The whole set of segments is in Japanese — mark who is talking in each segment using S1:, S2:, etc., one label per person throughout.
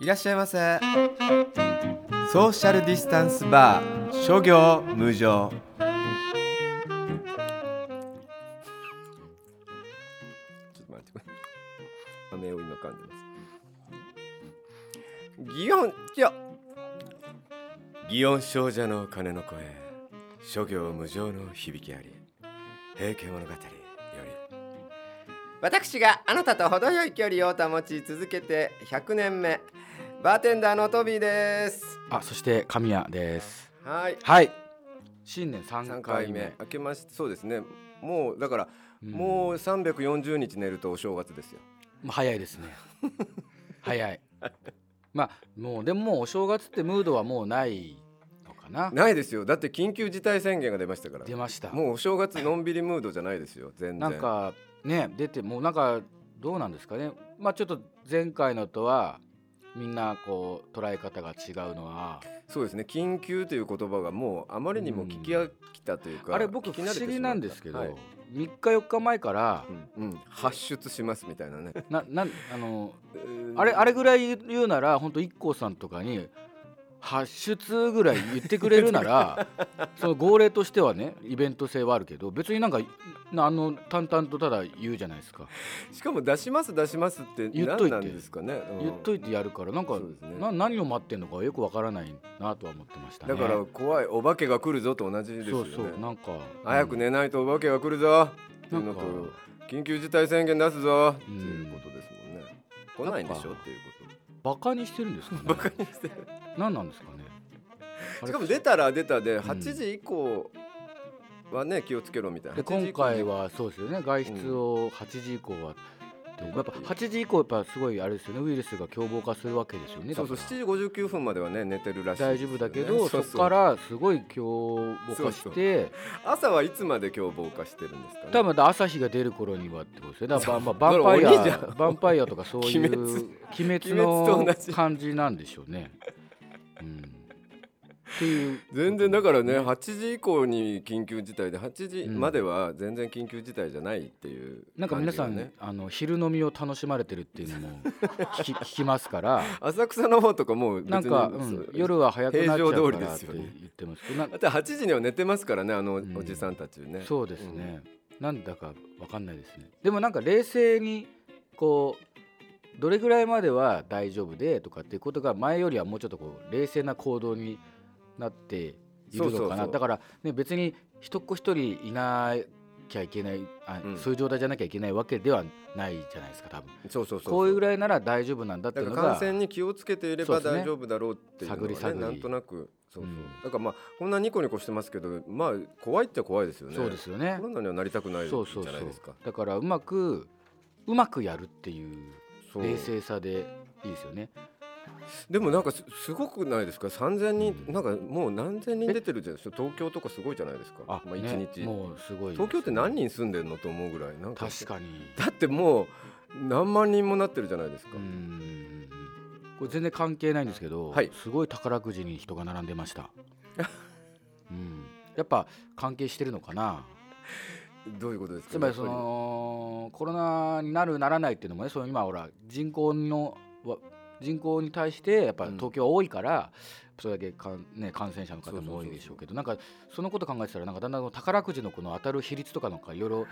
S1: いらっしゃいませソーシャルディスタンスバー諸行無常
S2: ちょっと待ってください。飴を今噛んでます。祇園じゃ。祇園少女の鐘の声。諸行無常の響きあり。平家物語より。私があなたと程よい距離を保ち続けて100年目。バーテンダーのトビーです。
S3: あ、そして神谷です。
S2: はい。
S3: はい。新年三
S2: 3
S3: 回
S2: 回
S3: 目。
S2: 目。明けまして、そうですね。もうだから、
S3: ん
S2: もう340日寝るとお正月ですよ。
S3: まあ早いですね。 早い。まあもうでももうお正月ってムードはもうないのかな。
S2: ないですよ。だって緊急事態宣言が出ましたから。
S3: 出ました。
S2: もうお正月のんびりムードじゃないですよ全然
S3: なんかね出てもうなんかどうなんですかね。まあちょっと前回のとはみんなこう捉え方が違うのは
S2: そうですね緊急という言葉がもうあまりにも聞き飽きたというか、
S3: あれ僕
S2: 聞き
S3: 不
S2: 慣れ
S3: 思
S2: てしまった
S3: 議なんですけど、
S2: はい
S3: 三日四日前から
S2: うんうん発出しますみたいなね
S3: ななんあの
S2: えー
S3: あれあれぐらい言うなら本当 IKKO さんとかに発出ぐらい言ってくれるな らその号令としてはねイベント性はあるけど別になんかなあの淡々とただ言うじゃないですか、
S2: しかも出します出しますって
S3: 言っとい
S2: 何
S3: て
S2: なんですかねうん
S3: 言っといてやるからなんか、
S2: そうですね
S3: な何を待ってんのかよくわからないなとは思ってましたね
S2: だから怖いお化けが来るぞと同じです
S3: そ
S2: よ
S3: う
S2: ね
S3: そうなんか
S2: 早く寝ないとお化けが来るぞっていうのと
S3: なんか
S2: 緊急事態宣言出すぞって
S3: うん
S2: いうことですもんね、来ないんでしょ
S3: なんか
S2: っていうこと
S3: バカにしてるんですかねバカにしてる何なんですかねあれ
S2: しかも出たら出たで
S3: ん
S2: 8時以降はね気をつけろみたいな
S3: で
S2: 8時
S3: 今
S2: 以降に
S3: 回はそうですよね外出を8時以降は、でやっぱ8時以降やっぱすごいあれですよねウイルスが凶暴化するわけですよね
S2: そうそう
S3: だから
S2: 7時59分まではね寝てるらしい
S3: 大
S2: ですよ
S3: 丈夫
S2: ね
S3: だけど
S2: そ
S3: そうこからすごい凶暴化して
S2: そう朝はいつまで凶暴化してるんですかね
S3: 多分まだ朝日が出る頃にはってことですよだからまあ
S2: そう
S3: まあヴァンパ
S2: それ
S3: イ
S2: 鬼じ
S3: ア
S2: ゃん
S3: ヴァンパイアとかそういう
S2: 鬼滅
S3: 鬼滅
S2: 鬼滅
S3: の
S2: と同じ
S3: 感じなんでしょうね。うん、っていう
S2: 全然だからね8時以降に緊急事態で8時までは全然緊急事態じゃないっていう、
S3: なんか皆さん、
S2: ね
S3: あの昼飲みを楽しまれてるっていうのも聞き聞きますから。
S2: 浅草の方とかもう別に
S3: なんか、う、
S2: そうん
S3: 夜は早くなっちゃ
S2: 平常
S3: う
S2: 通
S3: か
S2: りで
S3: らっ
S2: す
S3: て
S2: よ
S3: 言
S2: ね
S3: ってますけど、な
S2: だって8時には寝てますからねあの
S3: ん
S2: おじさんたちね、
S3: そうですね、なんだかわかんないですねでもなんか冷静にこうどれぐらいまでは大丈夫でとかっていうことが前よりはもうちょっとこう冷静な行動になっているのかな
S2: そうそうそう
S3: だから、ね、別に一っ子一人いなきゃいけないあ、
S2: うん
S3: そういう状態じゃなきゃいけないわけではないじゃないですか多分
S2: うんそうそうそう
S3: こういうぐ
S2: らい
S3: らいなら大丈夫なんだって
S2: だ
S3: い
S2: か
S3: うの
S2: ら
S3: が
S2: 感染に気をつけていれば
S3: そうですね
S2: 大丈夫だろうっていうのが、ね
S3: 探り探り
S2: なんとなくそうそう、
S3: うん
S2: だからまあこんなニコニコしてますけどまあ怖いっちゃ怖いですよね
S3: そうですよね
S2: コロナにはなりたくないじゃ
S3: そうそうそ
S2: ないうですか
S3: だからうまくうまくやるっていう
S2: そう
S3: 冷静さでいいですよね
S2: でもなんかすすごくないですか3000人なんかもう何千人出てるじゃないですか東京とかすごいじゃないですかまあ、
S3: ね
S2: 1日、
S3: もうすごいですね
S2: 東京って何人住んでるのと思うぐらいなんか
S3: 確かに
S2: だってもう何万人もなってるじゃないですか、
S3: うんこれ全然関係ないんですけど、
S2: はい
S3: すごい宝くじに人が並んで ました、うん、やっぱ関係してるのかな
S2: どういうことですか
S3: つまりそ
S2: やっ
S3: のコロナになるならないっていうのもねその今ほら人口のわ人口に対してやっぱ
S2: うん
S3: 東京は多いから、それだけかん、ね、感染者の方
S2: そうそうそう
S3: も
S2: そう
S3: 多いでしょうけどなんかそのこと考えてたらなんかだんだんこの宝くじのこの当たる比率とかなんかいろいろ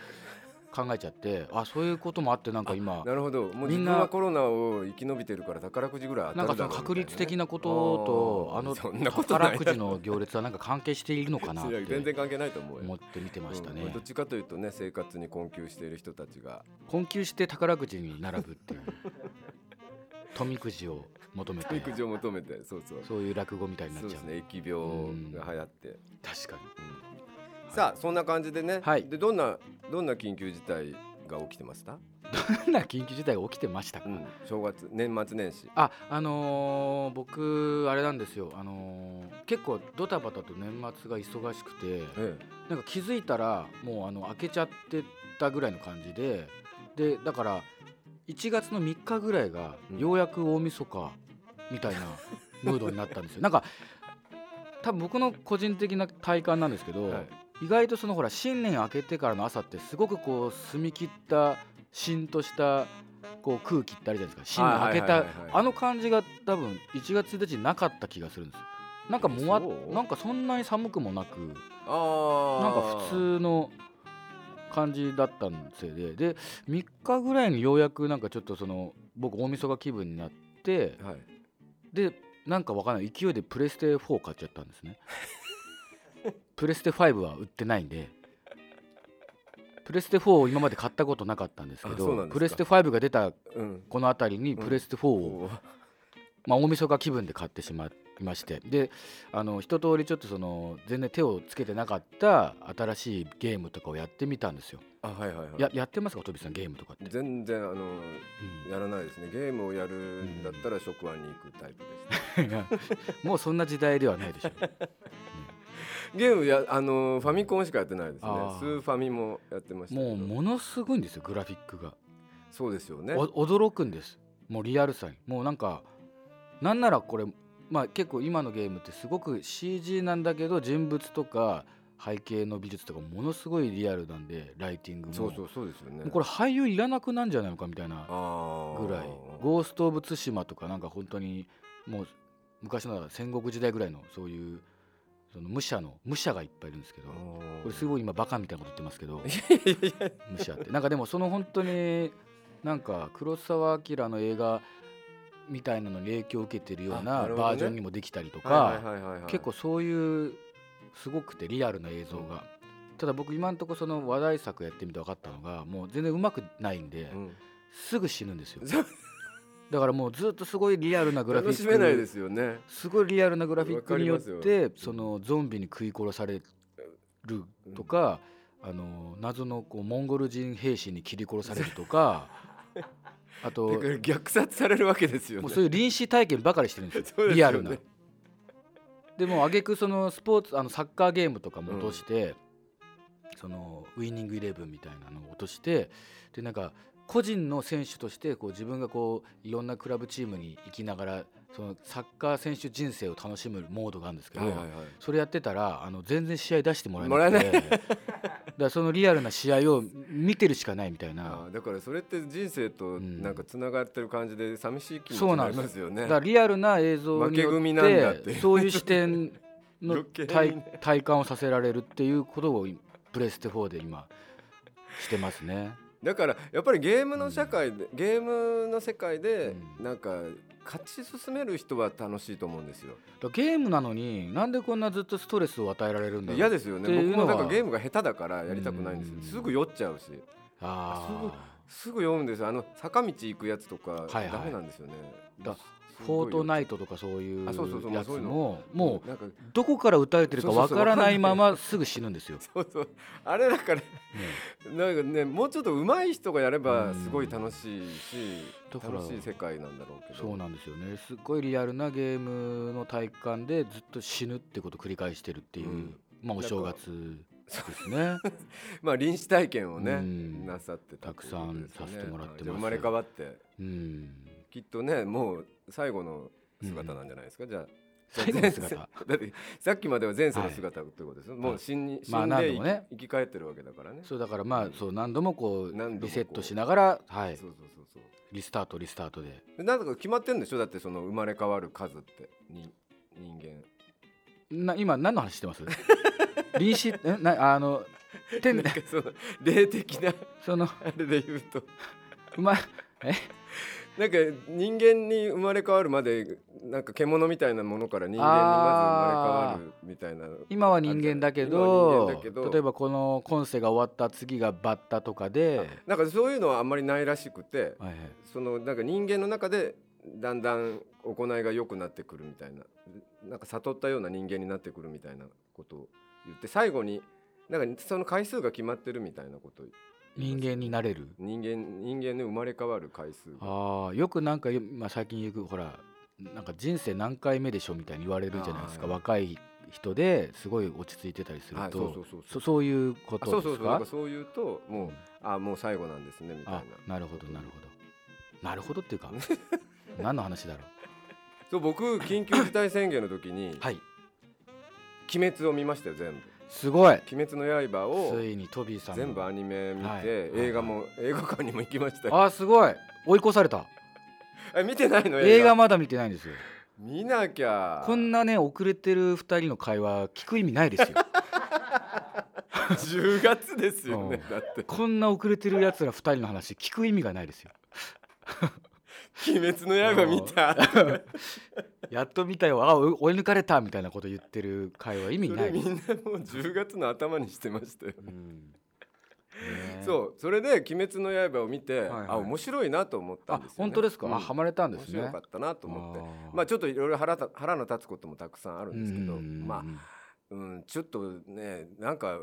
S3: 考えちゃってあそういうこともあってなんか今
S2: ぱりなるほどもう
S3: み
S2: 自分
S3: んな
S2: はコロナを生き延びてるから宝くじぐらい当
S3: なん
S2: たる
S3: かそ
S2: だ
S3: の
S2: ろう
S3: 確率的
S2: な
S3: なことと
S2: あー
S3: あの
S2: そんなことない
S3: 宝くじの行列はなんか関係しているの かなっ
S2: 全然
S3: て
S2: 関係ないと思うよ
S3: 思って見てました
S2: うん
S3: ね
S2: どっちかというとね生活に困窮している人たちが
S3: 困窮して宝くじに並ぶっていう富くじを求めて
S2: 育児を求めてそうそう
S3: そういう落語みたいになっ
S2: そう
S3: ち
S2: で
S3: ゃう
S2: すね疫病が流行って、
S3: 確かに
S2: さあそんな感じでね、
S3: はい
S2: でどんなどんな緊急事態が起きてました、
S3: どんな緊急事態が起きてましたか、
S2: うん、正月年末年始
S3: ああのー僕あれなんですよあのー結構ドタバタと年末が忙しくて
S2: え
S3: なんか気づいたらもうあの開けちゃってたぐらいの感じででだから1月の3日ぐらいが
S2: うん
S3: ようやく大晦日みたいなムードになったんですよ。なんか多分僕の個人的な体感なんですけど、
S2: はい
S3: 意外とそのほら新年明けてからの朝ってすごくこう澄み切ったしんとしたこう空気ってあるじゃないですか新
S2: はい
S3: 年
S2: はい
S3: 開け
S2: はい
S3: た
S2: はいはい
S3: あの感じが多分1月1日なかった気がするんですよなんかもわ
S2: えそう
S3: なんかそんなに寒くもなく
S2: ああ
S3: なんか普通の感じだったんせいでで3日ぐらいにようやくなんかちょっとその僕大晦日気分になって
S2: はい
S3: でなんかわかんない勢いでプレステ4買っちゃったんで すねプレステ5は売ってないんでプレステ4を今まで買ったことなかったんですけ
S2: あそうな
S3: ど
S2: んですか
S3: プレステ5が出た
S2: うん
S3: この辺りにプレステ4を、まあ、大晦日気分で買ってしまいましてであの一通りちょっとその全然手をつけてなかった新しいゲームとかをやってみたんですよ。
S2: あはいはいはい
S3: ややってますかトビさんゲームとかって。
S2: 全然あの
S3: う
S2: やらないですねゲームをやるんだったら職場に行くタイプです、
S3: んいやもうそん な時代ではない でしょ。
S2: ゲームやあのファミコンしかやってないですね
S3: あー
S2: スーファミもやってましたけ
S3: も
S2: ど
S3: うものすごいんですよグラフィックが。
S2: そうですよね
S3: お驚くんですもうリアルさにもうなんかなんならこれまあ結構今のゲームってすごく CG なんだけど人物とか背景の美術とかものすごいリアルなんでライティングも
S2: そうそうそうですよね
S3: もうこれ俳優いらなくなんじゃないのかみたいな
S2: あー
S3: ぐらい「ゴースト・オブ・ツシマ」とかなんか本当にもう昔の戦国時代ぐらいのそういうその武者の武者がいっぱいいるんですけど
S2: あ
S3: こ
S2: ー
S3: れすごい今バカみたいなこと言ってますけど
S2: いやいや
S3: 武者ってなんかでもその本当になんか黒澤明の映画みたいなのに影響を受けてるよう
S2: あなるほ
S3: な
S2: どね
S3: バージョンにもできたりと
S2: は
S3: か
S2: いはいはいはいはい
S3: 結構そういうすごくてリアルな映像が。ただ僕今んとこその話題作やってみて分かったのがもう全然うまくないんで
S2: うん
S3: すぐ死ぬんですよ
S2: そう
S3: だからもうずっとすごいリアルなグラフィ
S2: 楽
S3: ック
S2: しめないですよね
S3: すごいリアルなグラフィックによっ
S2: わかり
S3: てそのゾンビに食い殺されるとか、あの謎のこうモンゴル人兵士に切り殺される とかあと
S2: だから虐殺されるわけですよね
S3: もうそういう臨死体験ばかりしてるんです
S2: そうですよね
S3: よリアルな。でも挙句そのスポーツあのサッカーゲームとかも落として、そのウイニングイレブンみたいなのを落としてでなんか個人の選手としてこう自分がこういろんなクラブチームに行きながらそのサッカー選手人生を楽しむモードがあるんですけど、
S2: はいはいはい
S3: それやってたらあの全然試合出してもらえ
S2: もらえ
S3: な
S2: な
S3: くてだからそのリアルな試合を見てるしかないみたい
S2: あ
S3: な。
S2: ーだからそれって人生と
S3: ん
S2: なんかつながってる感じで寂しい気持ち
S3: そう
S2: に
S3: な
S2: なんり
S3: です
S2: ますよね
S3: だからリアルな映像に
S2: 負
S3: よ
S2: け組
S3: っ
S2: なんだってていう
S3: そういう視点の
S2: 余計に
S3: 体
S2: ね
S3: 体感をさせられるっていうことをプレステ4で今してますね。
S2: だからやっぱりゲームの社会で、ゲームの世界で
S3: うん
S2: なんか勝ち進める人は楽しいと思うんですよ。
S3: だからゲームなのになんでこんなずっとストレスを与えられるんだろう
S2: 嫌ですよ
S3: って
S2: ね。
S3: いう
S2: 僕
S3: の
S2: も
S3: は
S2: なんかゲームが下手だからやりたくないんです
S3: うん
S2: よ。すぐ酔っちゃうし、
S3: あ
S2: すぐ酔うんですよ。あの坂道行くやつとか
S3: はいはい
S2: ダメなんですよね。
S3: だ
S2: す
S3: ー
S2: す
S3: フ
S2: ご
S3: ォー
S2: い
S3: トナ
S2: 酔っ
S3: イトとかそういう
S2: あそうそうそう
S3: やつ
S2: そういう
S3: も
S2: ちゃ
S3: もう
S2: なんか
S3: どこから歌えてる
S2: そ
S3: か
S2: うそう
S3: わ
S2: そう
S3: からないまますぐ死ぬんですよ。
S2: そうそうあれだから
S3: ね
S2: なんかねもうちょっと上手い人がやればすご
S3: う
S2: い
S3: ん
S2: 楽しいし
S3: だから
S2: 楽しい世界なんだろうけど。
S3: そうなんですよねすっごいリアルなゲームの体感でずっと死ぬってことを繰り返してるっていう、
S2: うん
S3: まあお正月ですね
S2: まあ臨死体験をね、
S3: うん
S2: なさってたっていうことですよ
S3: たくさんさ
S2: ね
S3: せてもらってます
S2: じゃあ生まれ変わって
S3: うん
S2: きっとねもう最後の姿なんじゃないですか、じゃあ
S3: 最後の姿
S2: だってさっきまでは前世の姿ということですよ、もう死んに死んで、
S3: まあ何度もね
S2: 生き返ってるわけだからね
S3: そうだからまあそう何度もこう
S2: 何度もこう
S3: リセットしながら、はい、
S2: そうそうそうそう
S3: リスタートリスタートで
S2: でなんだか決まってるんでしょだってその生まれ変わる数ってに人間
S3: な今何の話してます 臨死えなあの天
S2: なんかその霊的な
S3: その
S2: あれで言うと
S3: うまい
S2: なんか人間に生まれ変わるまでなんか獣みたいなものから人間にまず生まれ変わるみたいな
S3: 今は人間だけ
S2: 今は人間
S3: ど
S2: だけど
S3: 例えばこの今世が終わった次がバッタとかで、
S2: なんかそういうのはあんまりないらしくて、
S3: はいはい、
S2: そのなんか人間の中でだんだん行いが良くなってくるみたいななんか悟ったような人間になってくるみたいなことを言って最後になんかその回数が決まってるみたいなことを
S3: 人間になれる
S2: 人間人間で生まれ変わる回数が
S3: ああよくなんか、まあ、最近よくほらなんか人生何回目でしょみたいに言われるじゃないですか
S2: あー
S3: 若い人ですごい落ち着いてたりする
S2: はい
S3: と、
S2: そうそうそう
S3: そそういうこ
S2: あ
S3: と
S2: そう
S3: で
S2: そう
S3: す
S2: そうなん
S3: か
S2: かそう言うともうあもう最後なんですねみたいな
S3: あなるほどなるほどなるほどっていうか 何の話だろ
S2: そう僕緊急事態宣言の時に
S3: うはい
S2: 「鬼滅」を見ましたよ全部
S3: すごい
S2: 鬼滅の刃を
S3: ついにトビーさんも
S2: 全部アニメ見て、
S3: はい
S2: 映画も映画館にも行きました
S3: あーすごい追い越された
S2: え見てないの
S3: 映画まだ見てないんですよ
S2: 見なきゃ
S3: こんなね遅れてる2人の会話聞く意味ないです よ
S2: 10月ですよね、
S3: うん
S2: だって
S3: こんな遅れてるやつら2人の話聞く意味がないですよ
S2: 「鬼滅の刃」見た
S3: やっと見たよあ追い抜かれたみたいなこと言ってる会話意味
S2: そ
S3: な
S2: れ
S3: い
S2: み
S3: です
S2: んなもう10月の頭にしてましたよ、
S3: うんね
S2: そうそれで「鬼滅の刃」を見て、
S3: いはい
S2: あ面白いなと思った
S3: あ
S2: んですよ、ね、
S3: 本当ですか、
S2: うん
S3: あハマれたんで
S2: 面
S3: すね
S2: 白かったなと思って
S3: あー
S2: まあちょっといろいろ腹た腹の立つこともたくさんあるんですけど、
S3: うんうんうん
S2: まあ、うん、ちょっとねなんか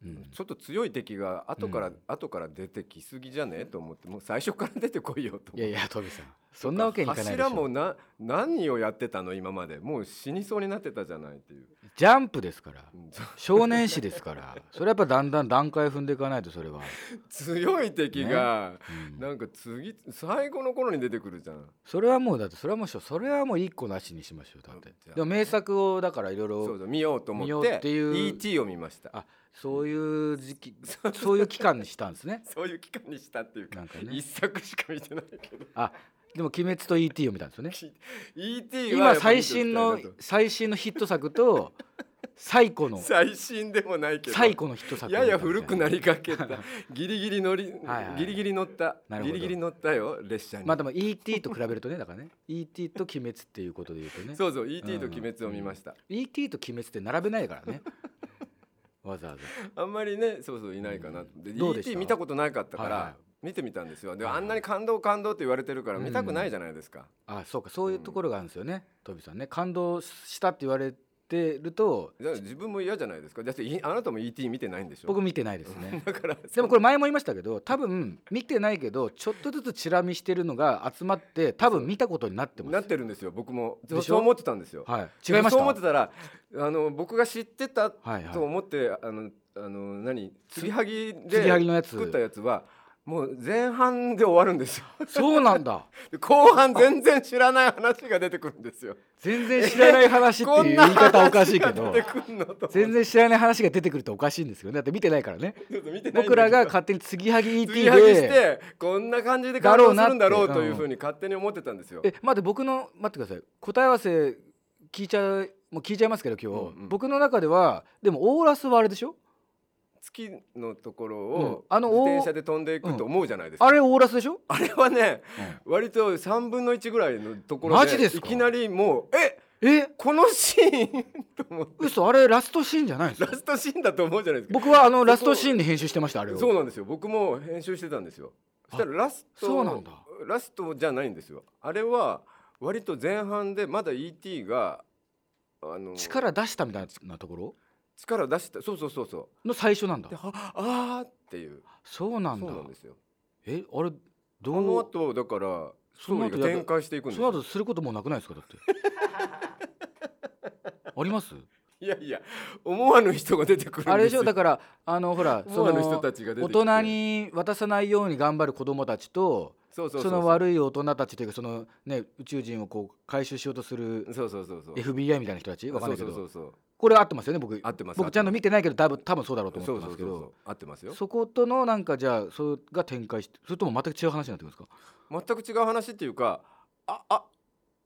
S3: うん
S2: ちょっと強い敵が後から、
S3: うん
S2: 後から出てきすぎじゃねと思ってもう最初から出てこいよと思って
S3: いやいやトビーさんそんなわけにいかないでし
S2: 柱も
S3: ょ
S2: な何をやってたの今までもう死にそうになってたじゃないって いう、
S3: ジャンプですから
S2: うんちょ
S3: 少年誌ですからそれはやっぱだんだん段階踏んでいかないとそれは、
S2: 強い敵が、
S3: うん
S2: なんか次最後の頃に出てくるじゃん
S3: それはもうだってそれはもうしょそれはもう一個なしにしましょうだって
S2: じゃあ
S3: でも名作をだからいろい
S2: そう
S3: ろ
S2: そう見ようと思
S3: 見よ
S2: っ
S3: う
S2: て
S3: っていう
S2: ET を見ました
S3: あそういう時期
S2: そう
S3: そういう期間にしたんですね
S2: そういう期間にしたっていうか
S3: なんか
S2: 一
S3: ね
S2: 作しか見てないけど
S3: あでも「鬼滅」と「E.T.」を見たんですよね
S2: ET はや
S3: 今
S2: っぱ見ておきたい
S3: 最新
S2: なと
S3: の最新のヒット作と最古の
S2: 最新でもないけど
S3: 最古のヒット作を見
S2: や
S3: たんですね
S2: や古くなりかけ たギリギリ乗り、
S3: はいはい
S2: ギリギリ乗った
S3: なるほ
S2: ギ
S3: ど
S2: リギリ乗ったよ列車に、
S3: まあでも E.T. と比べるとねだからね E.T. と「鬼滅」っていうことで言うとね
S2: そうそう ET と
S3: うん
S2: 鬼滅を見ました、
S3: E.T. と「鬼滅」って並べないからね わざわざ
S2: あんまりねそうそういないかなと、で
S3: どうでした
S2: ET 見たことなかったから、
S3: はいはい
S2: 見てみたんですよで
S3: はい
S2: あ
S3: はい
S2: んなに感動感動って言われてるから見たくないじゃないですか、
S3: あそうかそういうところがあるんですよね、トビさんね感動したって言われてると
S2: じゃあ自分も嫌じゃないですかだっていあなたも ET 見てないんでしょ
S3: 僕見てないです ね
S2: だから
S3: でもこれ前も言いましたけど多分見てないけどちょっとずつチラ見してるのが集まって多分見たことになってます
S2: なってるんですよ僕もそう
S3: でしょ
S2: そう思ってたんですよ
S3: はい違いまし
S2: そう
S3: た
S2: 思ってたらあの僕が知ってた
S3: はいはい
S2: と思って、あのあの何つりはぎ
S3: つりはぎ
S2: で
S3: のやつ
S2: 作ったやつはもう前半で終わるんですよ
S3: そうなんだ
S2: で後半全然知らない話が出てくるんですよ
S3: 全然知らない話っていう言い方おかしいけど
S2: 出てくんのと思って
S3: 全然知らない話が出てくるとおかしいんですよねだって見てないからね
S2: ちょっと見てないんだけど
S3: 僕らが勝手に継ぎはぎ ET
S2: つりはぎし
S3: で
S2: てこんな感じで感動するんだろうというふうに勝手に思ってたんですよ。
S3: え待って僕の待ってください答え合わせ聞いちゃうもう聞いちゃいますけど今日、
S2: うんうん
S3: 僕の中ではでもオーラスはあれでしょ
S2: 月のところ
S3: うん
S2: を
S3: あの
S2: 自転車で飛んでいくと思うじゃないですか。
S3: あれオーラスでしょ、
S2: あれはね割と3分の1ぐらいのところ
S3: マジです
S2: い
S3: か
S2: きなりもうえ
S3: え
S2: このシーンと思って
S3: 嘘あれラストシーンじゃないんです
S2: ラ
S3: か
S2: ストシーンだと思うじゃないですか。
S3: 僕はあのラストシーンで編集してましたあれを
S2: そうなんですよ僕も編集してたんですよ。そしたらラスト
S3: そうなんだ
S2: ラストじゃないんですよ。あれは割と前半でまだ E.T. があの
S3: 力出したみたいなところ
S2: 力出したそうそうそうそ
S3: の最初なん
S2: う
S3: だ
S2: でああーっていう
S3: そうなんだ
S2: そうなんですよ
S3: えあれ
S2: あ
S3: ど
S2: の
S3: う
S2: 後だからス
S3: そ
S2: トー
S3: の後
S2: リーが展開していくんです
S3: その
S2: よ
S3: 後することもうなくないですかだって あります
S2: いやいや思わぬ人が出てくるんですよ
S3: あれでしょだからあのほら
S2: 思
S3: そ
S2: わぬ人
S3: の
S2: たちが出て
S3: 大
S2: きて
S3: 人に渡さないように頑張る子供たちと
S2: そうそう
S3: その悪い大人たちというかそのね宇宙人をこう回収しようとする
S2: そうそうそうそう
S3: FBI みたいな人たちわかん
S2: そ
S3: な
S2: う
S3: いけ
S2: そうそう
S3: ど
S2: そう
S3: これ合ってますよね僕
S2: 合ってます
S3: 僕ちゃんと見てないけど多分多分そうだろうと
S2: そう
S3: 思っ
S2: そう
S3: て
S2: そ
S3: ま
S2: うそ
S3: すけ
S2: う
S3: ど
S2: 合ってますよ
S3: そことのなんかじゃあそれが展開してそれとも全く違う話になってくるんですか
S2: 全く違う話っていうかああ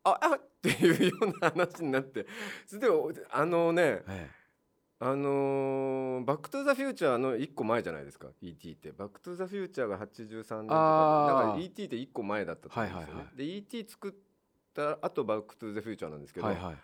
S2: ああっていうような話になってそれであのね
S3: え
S2: あのーバック・トゥ・ザ・フューチャー」の1個前じゃないですか E.T. ってバック・トゥ・ザ・フューチャーが83年とかだ
S3: あー
S2: から E.T. って1個前だったと思うんですよね、
S3: はいはいはい
S2: で E.T. 作ったあとバック・トゥ・ザ・フューチャーなんです
S3: え
S2: けど、
S3: はいはい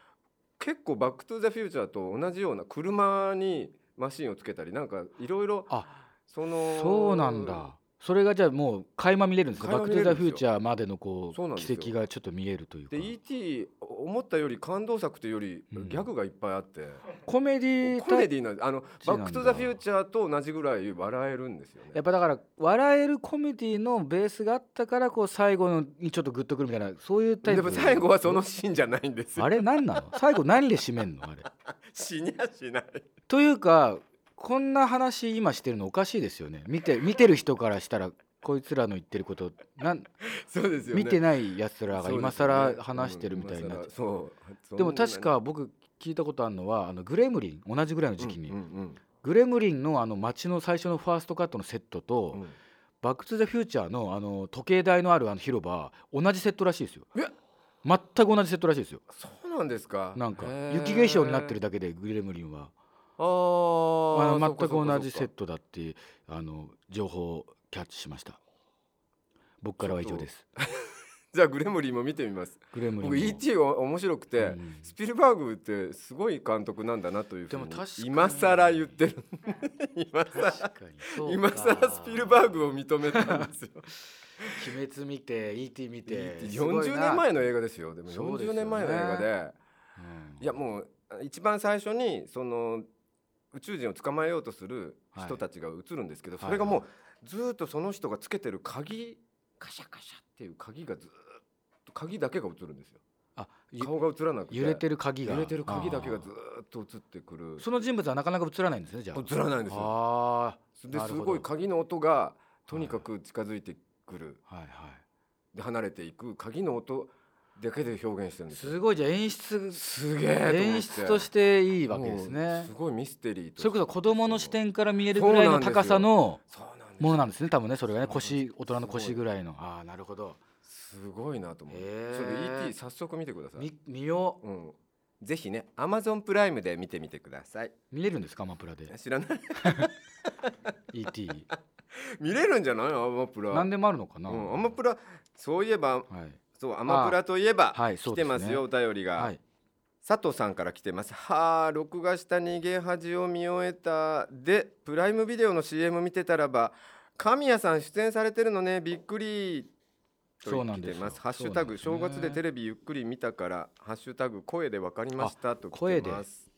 S2: 結構バック・トゥ・ザ・フューチャーと同じような車にマシンをつけたりなんかいろいろ
S3: あ
S2: その
S3: そうなんだそれがじゃあもう垣間見れるんですか「
S2: 垣
S3: バ
S2: 間
S3: ック・
S2: 見
S3: ト
S2: れるん
S3: ゥ・ザ・
S2: です
S3: フ
S2: よ
S3: ューチャー」までのこ
S2: そうな
S3: うん
S2: です
S3: 奇
S2: よ
S3: 跡がちょっと見えるというか
S2: で E.T. 思ったより感動作というよりギ
S3: うん
S2: ャグがいっぱいあって、
S3: コメディ
S2: コメ
S3: ー
S2: ディなんあの
S3: ちな
S2: バ
S3: んだ
S2: ック・トゥ・ザ・フューチャーと同じぐらい笑えるんですよね
S3: やっぱだから笑えるコメディのベースがあったからこう最後のにちょっとグッとくるみたいなそういうタイ
S2: で
S3: プ
S2: も最後はそのシーンじゃないんです
S3: あ
S2: よ
S3: れ何なの最後何で締めんのあれ
S2: 死にゃしない
S3: というかこんな話今してるのおかしいですよね見て見てる人からしたらこいつらの言ってることなん
S2: そうですよね
S3: 見て
S2: ない
S3: ないやつらが今更話してるみたいになっちゃ
S2: そ
S3: う
S2: うすよねうん今更そう
S3: でも確か僕聞いたことあるのはあのグレムリン同じぐらいの時期に、
S2: うんうん
S3: グレムリンのあの街の最初のファーストカットのセットと、
S2: うんうん
S3: バック・トゥ・ザ・フューチャーのあの時計台のあるあの広場同じセットらしいですよ
S2: え
S3: 全く同じセットらしいですよ
S2: そうなんですか
S3: なんか
S2: へー
S3: 雪化粧になってるだけでグレムリンは
S2: あ
S3: あ
S2: ー
S3: の全く同じセ
S2: そ
S3: ッ
S2: っか
S3: トだっていうあの情報をキャッチしました僕からは以上です
S2: そっかじゃあグレムリンも見てみます
S3: グレムリンも
S2: 僕 ET は面白くて、
S3: うん
S2: スピルバーグってすごい監督なんだなというふうに
S3: でも確かに
S2: 今更言ってる 今更
S3: 確かにそうか
S2: 今更スピルバーグを認めたんですよ
S3: 鬼滅見て ET 見てすごい
S2: 40
S3: な
S2: 年前の映画ですよでも
S3: そうですよ
S2: 40
S3: ね
S2: 年前の映画で
S3: うん
S2: いやもう一番最初にその宇宙人を捕まえようとする人たちが映るんですけど、
S3: はい
S2: それがもうずーっとその人がつけてる鍵カシャカシャっていう鍵がずーっと鍵だけが映るんですよ
S3: あゆ
S2: 顔が映らなくて
S3: 揺れてる鍵が
S2: 揺れてる鍵だけがず
S3: あ
S2: ーっと映ってくる
S3: ーその人物はなかなか映らないんですねじゃあ
S2: 映らないんですよ
S3: あ
S2: で
S3: な
S2: す
S3: るほど
S2: ごい鍵の音がとにかく近づいてくる
S3: あはいは
S2: で離れていく鍵の音だけで表現してるん
S3: い
S2: ですよ
S3: すごいじゃあ演出
S2: すげえと思って
S3: 演出としていいわけです
S2: もう
S3: ね
S2: すごいミステリーと
S3: それこそ子供の視点から見える
S2: そう
S3: ぐらいの高さの
S2: そうなんです
S3: もの
S2: よ
S3: なんですね多分ねそれがね
S2: そうなんです
S3: 腰大人の
S2: す
S3: 腰
S2: ごい
S3: ぐらいのああなるほど
S2: すごいなと思う、
S3: へえ
S2: それ ET 早速見てください、
S3: み見よ
S2: うん、ぜひね Amazon プライムで見てみてくださいう
S3: 見れるんですかアマプ ラで
S2: 知らない
S3: ET
S2: 見れるんじゃないアマプラ
S3: 何でもあるのかな
S2: うん、アマプラそういえば
S3: はい
S2: そうアマプラといえば、
S3: はいそ
S2: 来
S3: うで
S2: て
S3: すね
S2: ますよ、お便りが、
S3: はい
S2: 佐藤さんから来てますはあ録画した逃げ恥を見終えたでプライムビデオの CM 見てたらば神谷さん出演されてるのねびっくりと
S3: そうなん
S2: 来
S3: で
S2: て
S3: すよ
S2: ますハッシュタグ、
S3: そう
S2: 正
S3: なんです
S2: 月
S3: ね
S2: でテレビゆっくり見たからハッシュタグ声でわかりましたと来
S3: 声
S2: て
S3: で
S2: ます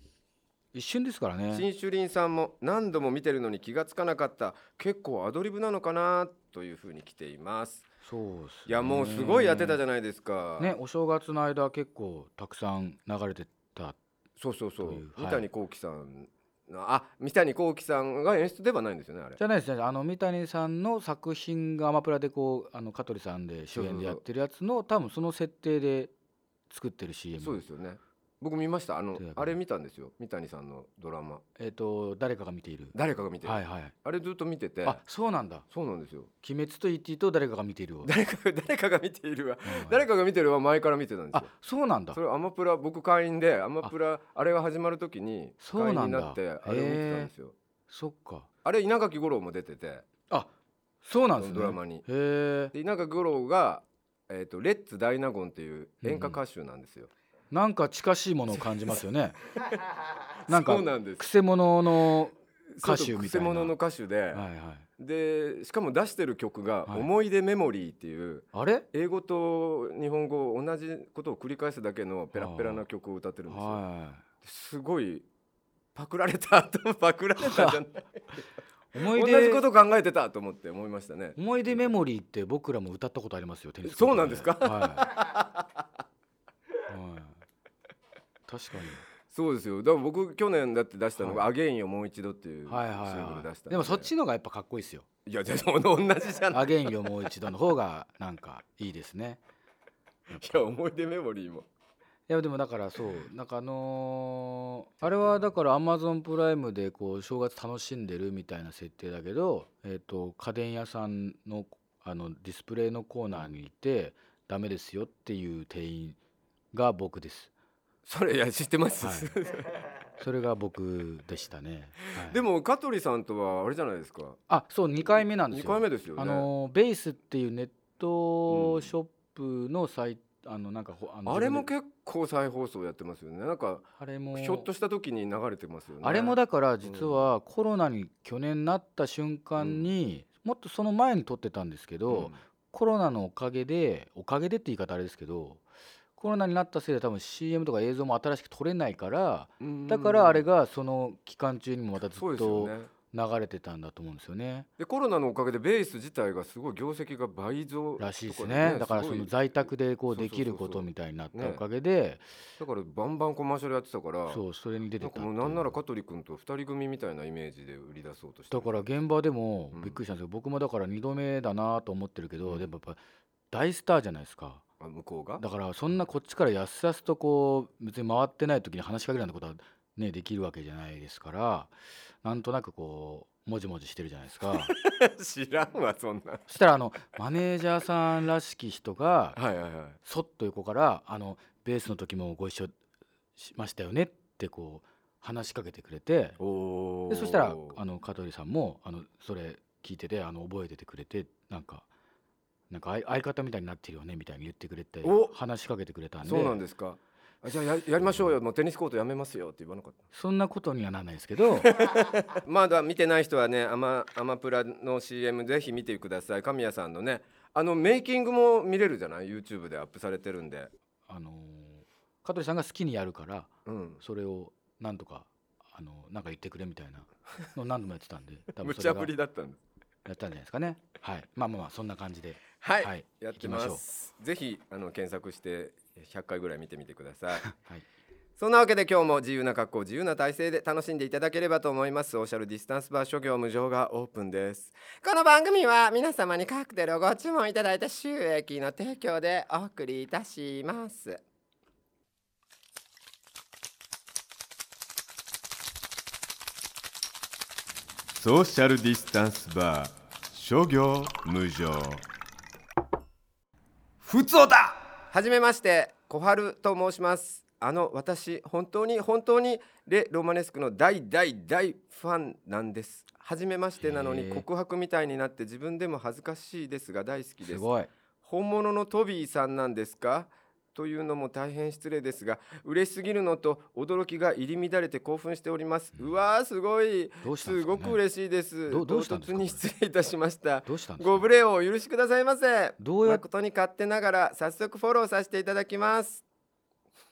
S3: 一瞬ですからね
S2: 新種林さんも何度も見てるのに気がつかなかった結構アドリブなのかなというふうに来ています
S3: そうっすね
S2: いやもうすごいやってたじゃないですか、
S3: ねお正月の間結構たくさん流れてた
S2: そうそうそう
S3: というはい
S2: 三谷幸喜さん、あ三谷幸喜さんが演出ではないんですよねあれ
S3: じゃないですねあの三谷さんの作品がアマプラでこうあの香取さんで主演でやってるやつの多分その設定で作ってる CM
S2: そうですよね僕見ましたあの
S3: というわけで
S2: あれ見たんですよ三谷さんのドラマ
S3: えっ、と誰かが見ている
S2: 誰かが見てる、
S3: はいはい
S2: あれずっと見てて
S3: あそうなんだ
S2: そうなんですよ
S3: 「鬼滅」と「ET」と誰かが見てい るを
S2: 誰か誰かが見ているわ
S3: うん
S2: 誰かが見てるは前から見てたんです
S3: あ
S2: よ
S3: そうなんだ
S2: それアマプラ僕会員でアマプラあれが始まる時に
S3: そう
S2: 会員
S3: な
S2: に
S3: んだ
S2: なってあれを見てたんですよ
S3: そっか
S2: あれ稲垣吾郎も出てて
S3: あそうなん
S2: そ
S3: です
S2: の
S3: ね
S2: ドラマに
S3: へえ
S2: で稲垣吾郎がえーとレッツ大納言っていう演歌歌手なんですよ
S3: なんか近しいものを感じます よね なんか
S2: そうなんです
S3: くせ者の歌手みたいな
S2: くせ者の歌手で、
S3: はいはい
S2: でしかも出してる曲が「
S3: はい
S2: 思い出メモリー」っていう
S3: あれ
S2: 英語と日本語同じことを繰り返すだけのペラペラな曲を歌ってるんですよ。
S3: は
S2: すごいパクられたとパクられたじゃない
S3: い 思い
S2: 同じこ
S3: 出
S2: と考えてたと思って思いましたね。
S3: 思い出メモリーって僕らも歌ったことありますよテニス
S2: そうなんですか
S3: はい、 はい、確かに
S2: そうですよだから僕去年だって出したのが「
S3: は
S2: アゲインをもう一度」っていうシング
S3: はいはい、
S2: ル
S3: は
S2: 出したん
S3: い、でもそっちのがやっぱかっこいいですよ
S2: いやじゃあその同じじゃ
S3: 「
S2: ない
S3: アゲインよもう一度」の方がなんかいいですね
S2: いや思い出メモリーも
S3: いやでもだからそうなんかあのーあれはだからアマゾンプライムでこう正月楽しんでるみたいな設定だけど、えー、と家電屋さんのあのディスプレイのコーナーにいてダメですよっていう店員が僕です
S2: それいや知ってます、
S3: はいそれが僕でしたね、はい
S2: でも香取さんとはあれじゃないですか
S3: あそう2回目なんです
S2: 2
S3: よ
S2: 回目ですよね
S3: あのーベースっていうネットショップのサイあのなんかほあの
S2: あれも
S3: 自分で
S2: 結構再放送やってますよね。なんか
S3: あれも
S2: ひょっとした時に流れてますよね。
S3: あれもだから実はコロナに去年なった瞬間に、もっとその前に撮ってたんですけど、
S2: うん
S3: コロナのおかげでおかげでって言い方あれですけどコロナになったせいで多分 CM とか映像も新しく撮れないから
S2: うん
S3: だからあれがその期間中にもまたずっ
S2: そうですよ
S3: と
S2: ね。
S3: 流れてたんだと思うんですよね。
S2: でコロナのおかげでベース自体がすごい業績が倍増
S3: らしいです
S2: と
S3: ねだから
S2: す
S3: そ
S2: ごい
S3: の在宅でこう
S2: そうそうそう
S3: で
S2: そう
S3: きることみたいになった
S2: ね
S3: おかげで
S2: だからバンバンコマーシャルやってたから
S3: そうそれに出て
S2: なん
S3: た
S2: かもう
S3: って
S2: なんなら香取君と二人組みたいなイメージで売り出そうとして
S3: だ
S2: る
S3: から現場でも
S2: うん
S3: びっくりしたんですよ、僕もだから2度目だなと思ってるけど、
S2: うん
S3: でもやっぱ大スターじゃないですか
S2: あ向こうが
S3: だからそんなこっちからやすやすとこう別に回ってない時に話しかけるなんてことはねできるわけじゃないですからなんとなくこうもじもじしてるじゃないですか
S2: 知らんわそんな
S3: そしたらあのマネージャーさんらしき人が
S2: はいはいはい
S3: そっと横からあのベースの時もご一緒しましたよねってこう話しかけてくれて
S2: お
S3: でそしたらあの香取さんもあのそれ聞いててあの覚えててくれてなんかなんか相相方みたいになってるよねみたいに言ってくれて
S2: お
S3: 話しかけてくれたんで
S2: そうなんですかあじゃあややりましょうよもうテニスコートやめますよって言わなかっ
S3: そんなことにはならないですけ ど
S2: たまだ見てない人はねアマアマプラの CM ぜひ見てください神谷さんのねあのメイキングも見れるじゃない YouTube でアップされてるんで
S3: あのー香取さんが好きにやるから
S2: うん
S3: それをなんとかあのなんか言ってくれみたいなのを何度もやってたんで 多
S2: 無
S3: それ
S2: 茶
S3: が
S2: ぶりだったんです
S3: やったんじゃないですかねはいまあまあまあそんな感じで
S2: はい、
S3: はい
S2: やってま
S3: 行きます
S2: ぜひあの検索して100回ぐらい見てみてください
S3: はい
S2: そんなわけで今日も自由な格好自由な体制で楽しんでいただければと思いますソーシャルディスタンスバー諸行無常がオープンですこの番組は皆様にカクテルをご注文いただいた収益の提供でお送りいたします
S1: ソーシャルディスタンスバー諸行無常ふつおだ
S2: はじめまして小春と申しますあの私本当に本当にレ・ロマネスクの大大大ファンなんですはじめましてなの
S3: へ
S2: に
S3: え
S2: 告白みたいになって自分でも恥ずかしいですが大好きですす
S3: ごい
S2: 本物のトビーさんなんですかというのも大変失礼ですが嬉しすぎるのと驚きが入り乱れて興奮しております、うわーすごい
S3: どうしたんですすかね
S2: ごく嬉しいです
S3: どどうしたん
S2: 唐
S3: です
S2: 突
S3: か
S2: に失礼いたしました
S3: どうしたんですか
S2: ご無礼をお許しくださいませ
S3: どうやっ
S2: 誠に勝手ながら早速フォローさせていただきます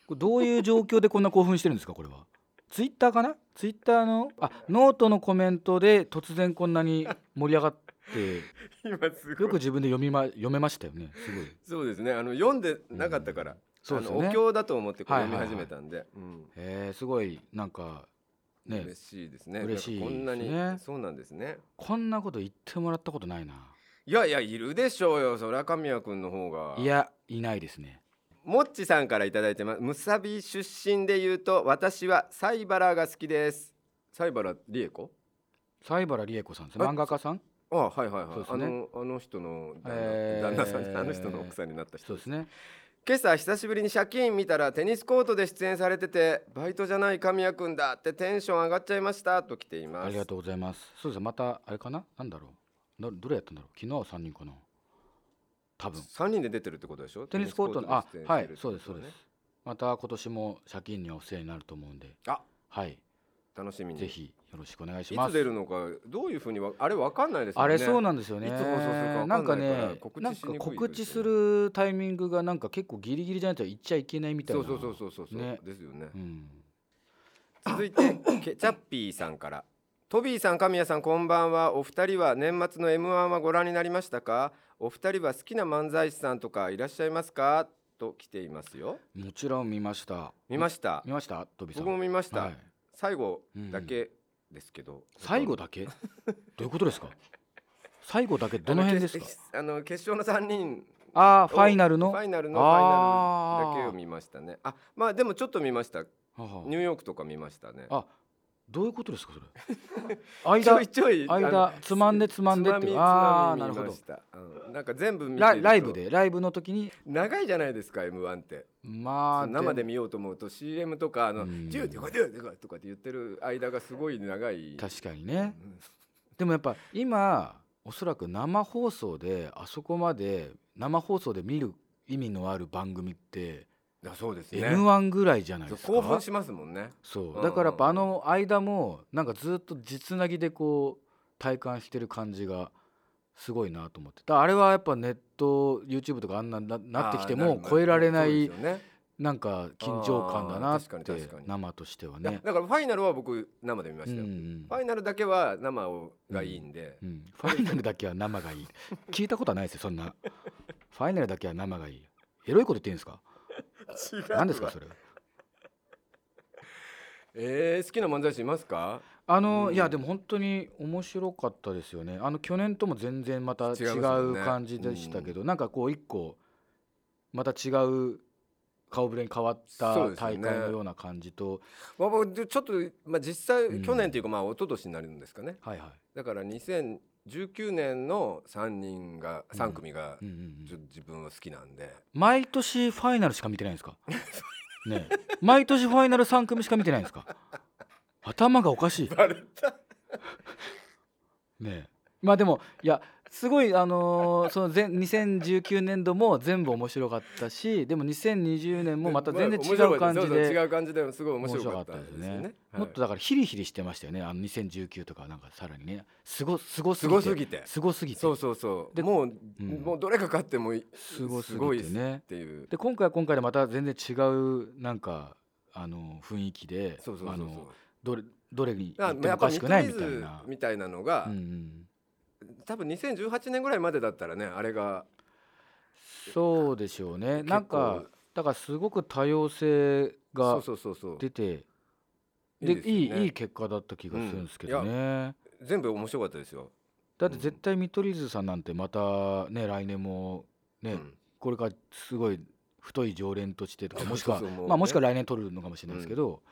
S3: これどういう状況でこんな興奮してるんですかこれはツイッターかなツイッターのあノートのコメントで突然こんなに盛り上がって
S2: 今す
S3: よく自分で読みま読めましたよねすごい
S2: そうですねあの読んでなかったから、
S3: うんそうです
S2: あ
S3: よ
S2: のお
S3: ね
S2: 経だと思ってこう
S3: はい
S2: 読
S3: はい
S2: み
S3: はい
S2: 始めたんで、うん
S3: えー、すごいなんかね
S2: 嬉しいですね
S3: 嬉しい
S2: なんかこんなに、
S3: ですね
S2: そうなんですね
S3: こんなこと言ってもらったことないない
S2: やいやいるでしょうよそりゃ神谷君の方が
S3: いやいないですね
S2: もっちさんからいただいてますむさび出身で言うと私はサイバラが好きですサイバラリエコ
S3: 西原理恵子さんです
S2: あ
S3: 漫画家さん
S2: あはいはいはい、
S3: そうです
S2: あ
S3: ね
S2: のあの人の旦那,、
S3: えー
S2: 旦那さんにあの人の奥さんになった人
S3: そうですね
S2: 今朝久しぶりに借金見たらテニスコートで出演されててバイトじゃない神谷君だってテンション上がっちゃいましたと来ています
S3: ありがとうございますそうですねまたあれかななんだろうどどれやったんだろう昨日は3人かな多分
S2: 3人で出てるってことでしょ
S3: テニスコートのあ
S2: テニスコ
S3: は
S2: ート
S3: い
S2: で出演して
S3: そう
S2: るっ
S3: で
S2: てことね
S3: すそうですまた今年も借金にはお世話になると思うんで
S2: あ
S3: はい
S2: 楽しみに
S3: ぜひよろしくお願いし
S2: い
S3: ま
S2: つ
S3: す
S2: 出るのかどういうふうにわあれわかんないですよね
S3: あれそうなんですよね。
S2: いつ放送するかわかんないから
S3: んかね
S2: 告
S3: なん
S2: 知し
S3: か
S2: にくいですよね
S3: 告知するタイミングがなんか結構ギリギリじゃないと言っちゃいけないみたい
S2: そ
S3: な。
S2: うそうそうそうそうそう、
S3: ね
S2: ですよね、
S3: うん。
S2: 続い てケチャッピーさんからトビーさん神谷さんこんばんはお二人は年末の m 1はご覧になりましたかお二人は好きな漫才師さんとかいらっしゃいますかと来ていますよ
S3: もちろん見ました。
S2: 見ました
S3: 見ました飛びさん。
S2: 僕も見ました、
S3: はい
S2: 最後だけですけど、
S3: 最後だ け？どういうことですか？最後だけどの辺ですか？
S2: あの決あの決勝の3人
S3: あ
S2: を
S3: あファイナルの。
S2: ファイナルのフ
S3: あ
S2: ァ
S3: ー
S2: イナルだけを見ましたねあまあでもちょっと見ました
S3: はは
S2: ニューヨークとか見ましたね
S3: あどういうことですかそれ？
S2: ちょ
S3: 間
S2: いちょいあの
S3: 間つまんでつまんでっていう
S2: つまみつ
S3: あ
S2: ま
S3: あ
S2: み
S3: な
S2: 見
S3: るほ
S2: ま
S3: ど
S2: し。たうんなんか全部見てる
S3: ラ
S2: と
S3: ライブでライブの時に
S2: 長いじゃないですか M1 って
S3: まあ
S2: 生で
S3: も
S2: 見ようと思うと CM とかあの
S3: う
S2: 「
S3: ん
S2: ジューデュカデューデュカ」とかって言ってる間がすごい長い
S3: 確かにね。
S2: うん
S3: でもやっぱ今おそらく生放送であそこまで生放送で見る意味のある番組って
S2: いやそうです
S3: m
S2: ね
S3: 1ぐらいじゃないですか、
S2: 興奮しますもんね
S3: そううんだからやっぱあの間もなんかずっと実なぎでこう体感してる感じがすごいなと思ってだからあれはやっぱネット YouTube とかあんなななってきて
S2: あー
S3: も
S2: る
S3: 超えられな
S2: そう
S3: い
S2: ですよね
S3: なんか緊張感だな
S2: あ
S3: っ
S2: ー
S3: て
S2: 確かに確かに
S3: 生としては
S2: だ
S3: ね。
S2: だからファイナルは僕生で見ま
S3: う
S2: し
S3: ん
S2: た
S3: う
S2: よフ
S3: ん
S2: ァイナルだけは生をがいいんで
S3: うん、ファイナルだけは生がいい聞いたことはないですよそんなファイナルだけは生がいいエロいこと言ってんで すか
S2: 違うわ
S3: 何ですかそれ
S2: えー好きな漫才師いますか
S3: あの、
S2: うん
S3: いやでも本当に面白かったですよねあの去年とも全然また
S2: 違います
S3: 違
S2: よね
S3: う感じでしたけど、なんかこう一個また違う顔ぶれに変わった
S2: そうですよ
S3: 大
S2: ね
S3: 会のような感じと、
S2: まあ、僕ちょっと、まあ、実際、
S3: うん
S2: 去年というかまあ一昨年になるんですかね
S3: はいは
S2: だから2019年の3人が
S3: うん
S2: 3組が
S3: い、うんうんうん
S2: ちょっと自分は好きなんで、
S3: 毎年ファイナルしか見てない んですかねえ毎年ファイナル3組しか見てないんですか頭がおかしいね
S2: バレた
S3: えまあでもいやすごいあのーその前2019年度も全部面白かったしでも2020年も また全然違う感じ
S2: そうそう
S3: で
S2: 違う感じですごい面
S3: 面
S2: 白
S3: 白
S2: か
S3: かっ
S2: ったた
S3: で
S2: ですす
S3: ね
S2: よね
S3: もっと
S2: はい
S3: だからヒリヒリしてましたよねあの2019とかなんかさらにねすごすごす
S2: す
S3: ぎ
S2: ご
S3: て
S2: すぎて
S3: すごすぎて
S2: そうそうそう
S3: で
S2: もう、
S3: ん
S2: もうどれか勝ってもい
S3: すごす
S2: すごい
S3: ぎ
S2: ってす
S3: ね
S2: っていう
S3: で今回は今回でまた全然違うなんかあの雰囲気で
S2: そうそうそう
S3: あ
S2: そ
S3: の
S2: う
S3: どれどれに行
S2: だ
S3: っ
S2: から
S3: ても
S2: や
S3: お
S2: っぱ
S3: か
S2: 見
S3: しく
S2: 取
S3: ない
S2: り
S3: みたい
S2: 図
S3: な。
S2: みたいなのが、
S3: うんうん
S2: 多分2018年ぐらいまでだったらねあれが
S3: そうでしょうね
S2: 結構
S3: なんかだからすごく多様性
S2: そ
S3: が
S2: うそうそうそう
S3: 出て
S2: いい
S3: で
S2: ですよ
S3: いい
S2: ね
S3: いい結果だった気がするんですけどね、
S2: 全部面白かったですよ、
S3: だって絶対見取り図さんなんてまたね来年もね、
S2: うん
S3: これからすごい太い常連としてとかもしくは
S2: そうそうそうもうね
S3: まあもしくは来年取るのかもしれないですけど、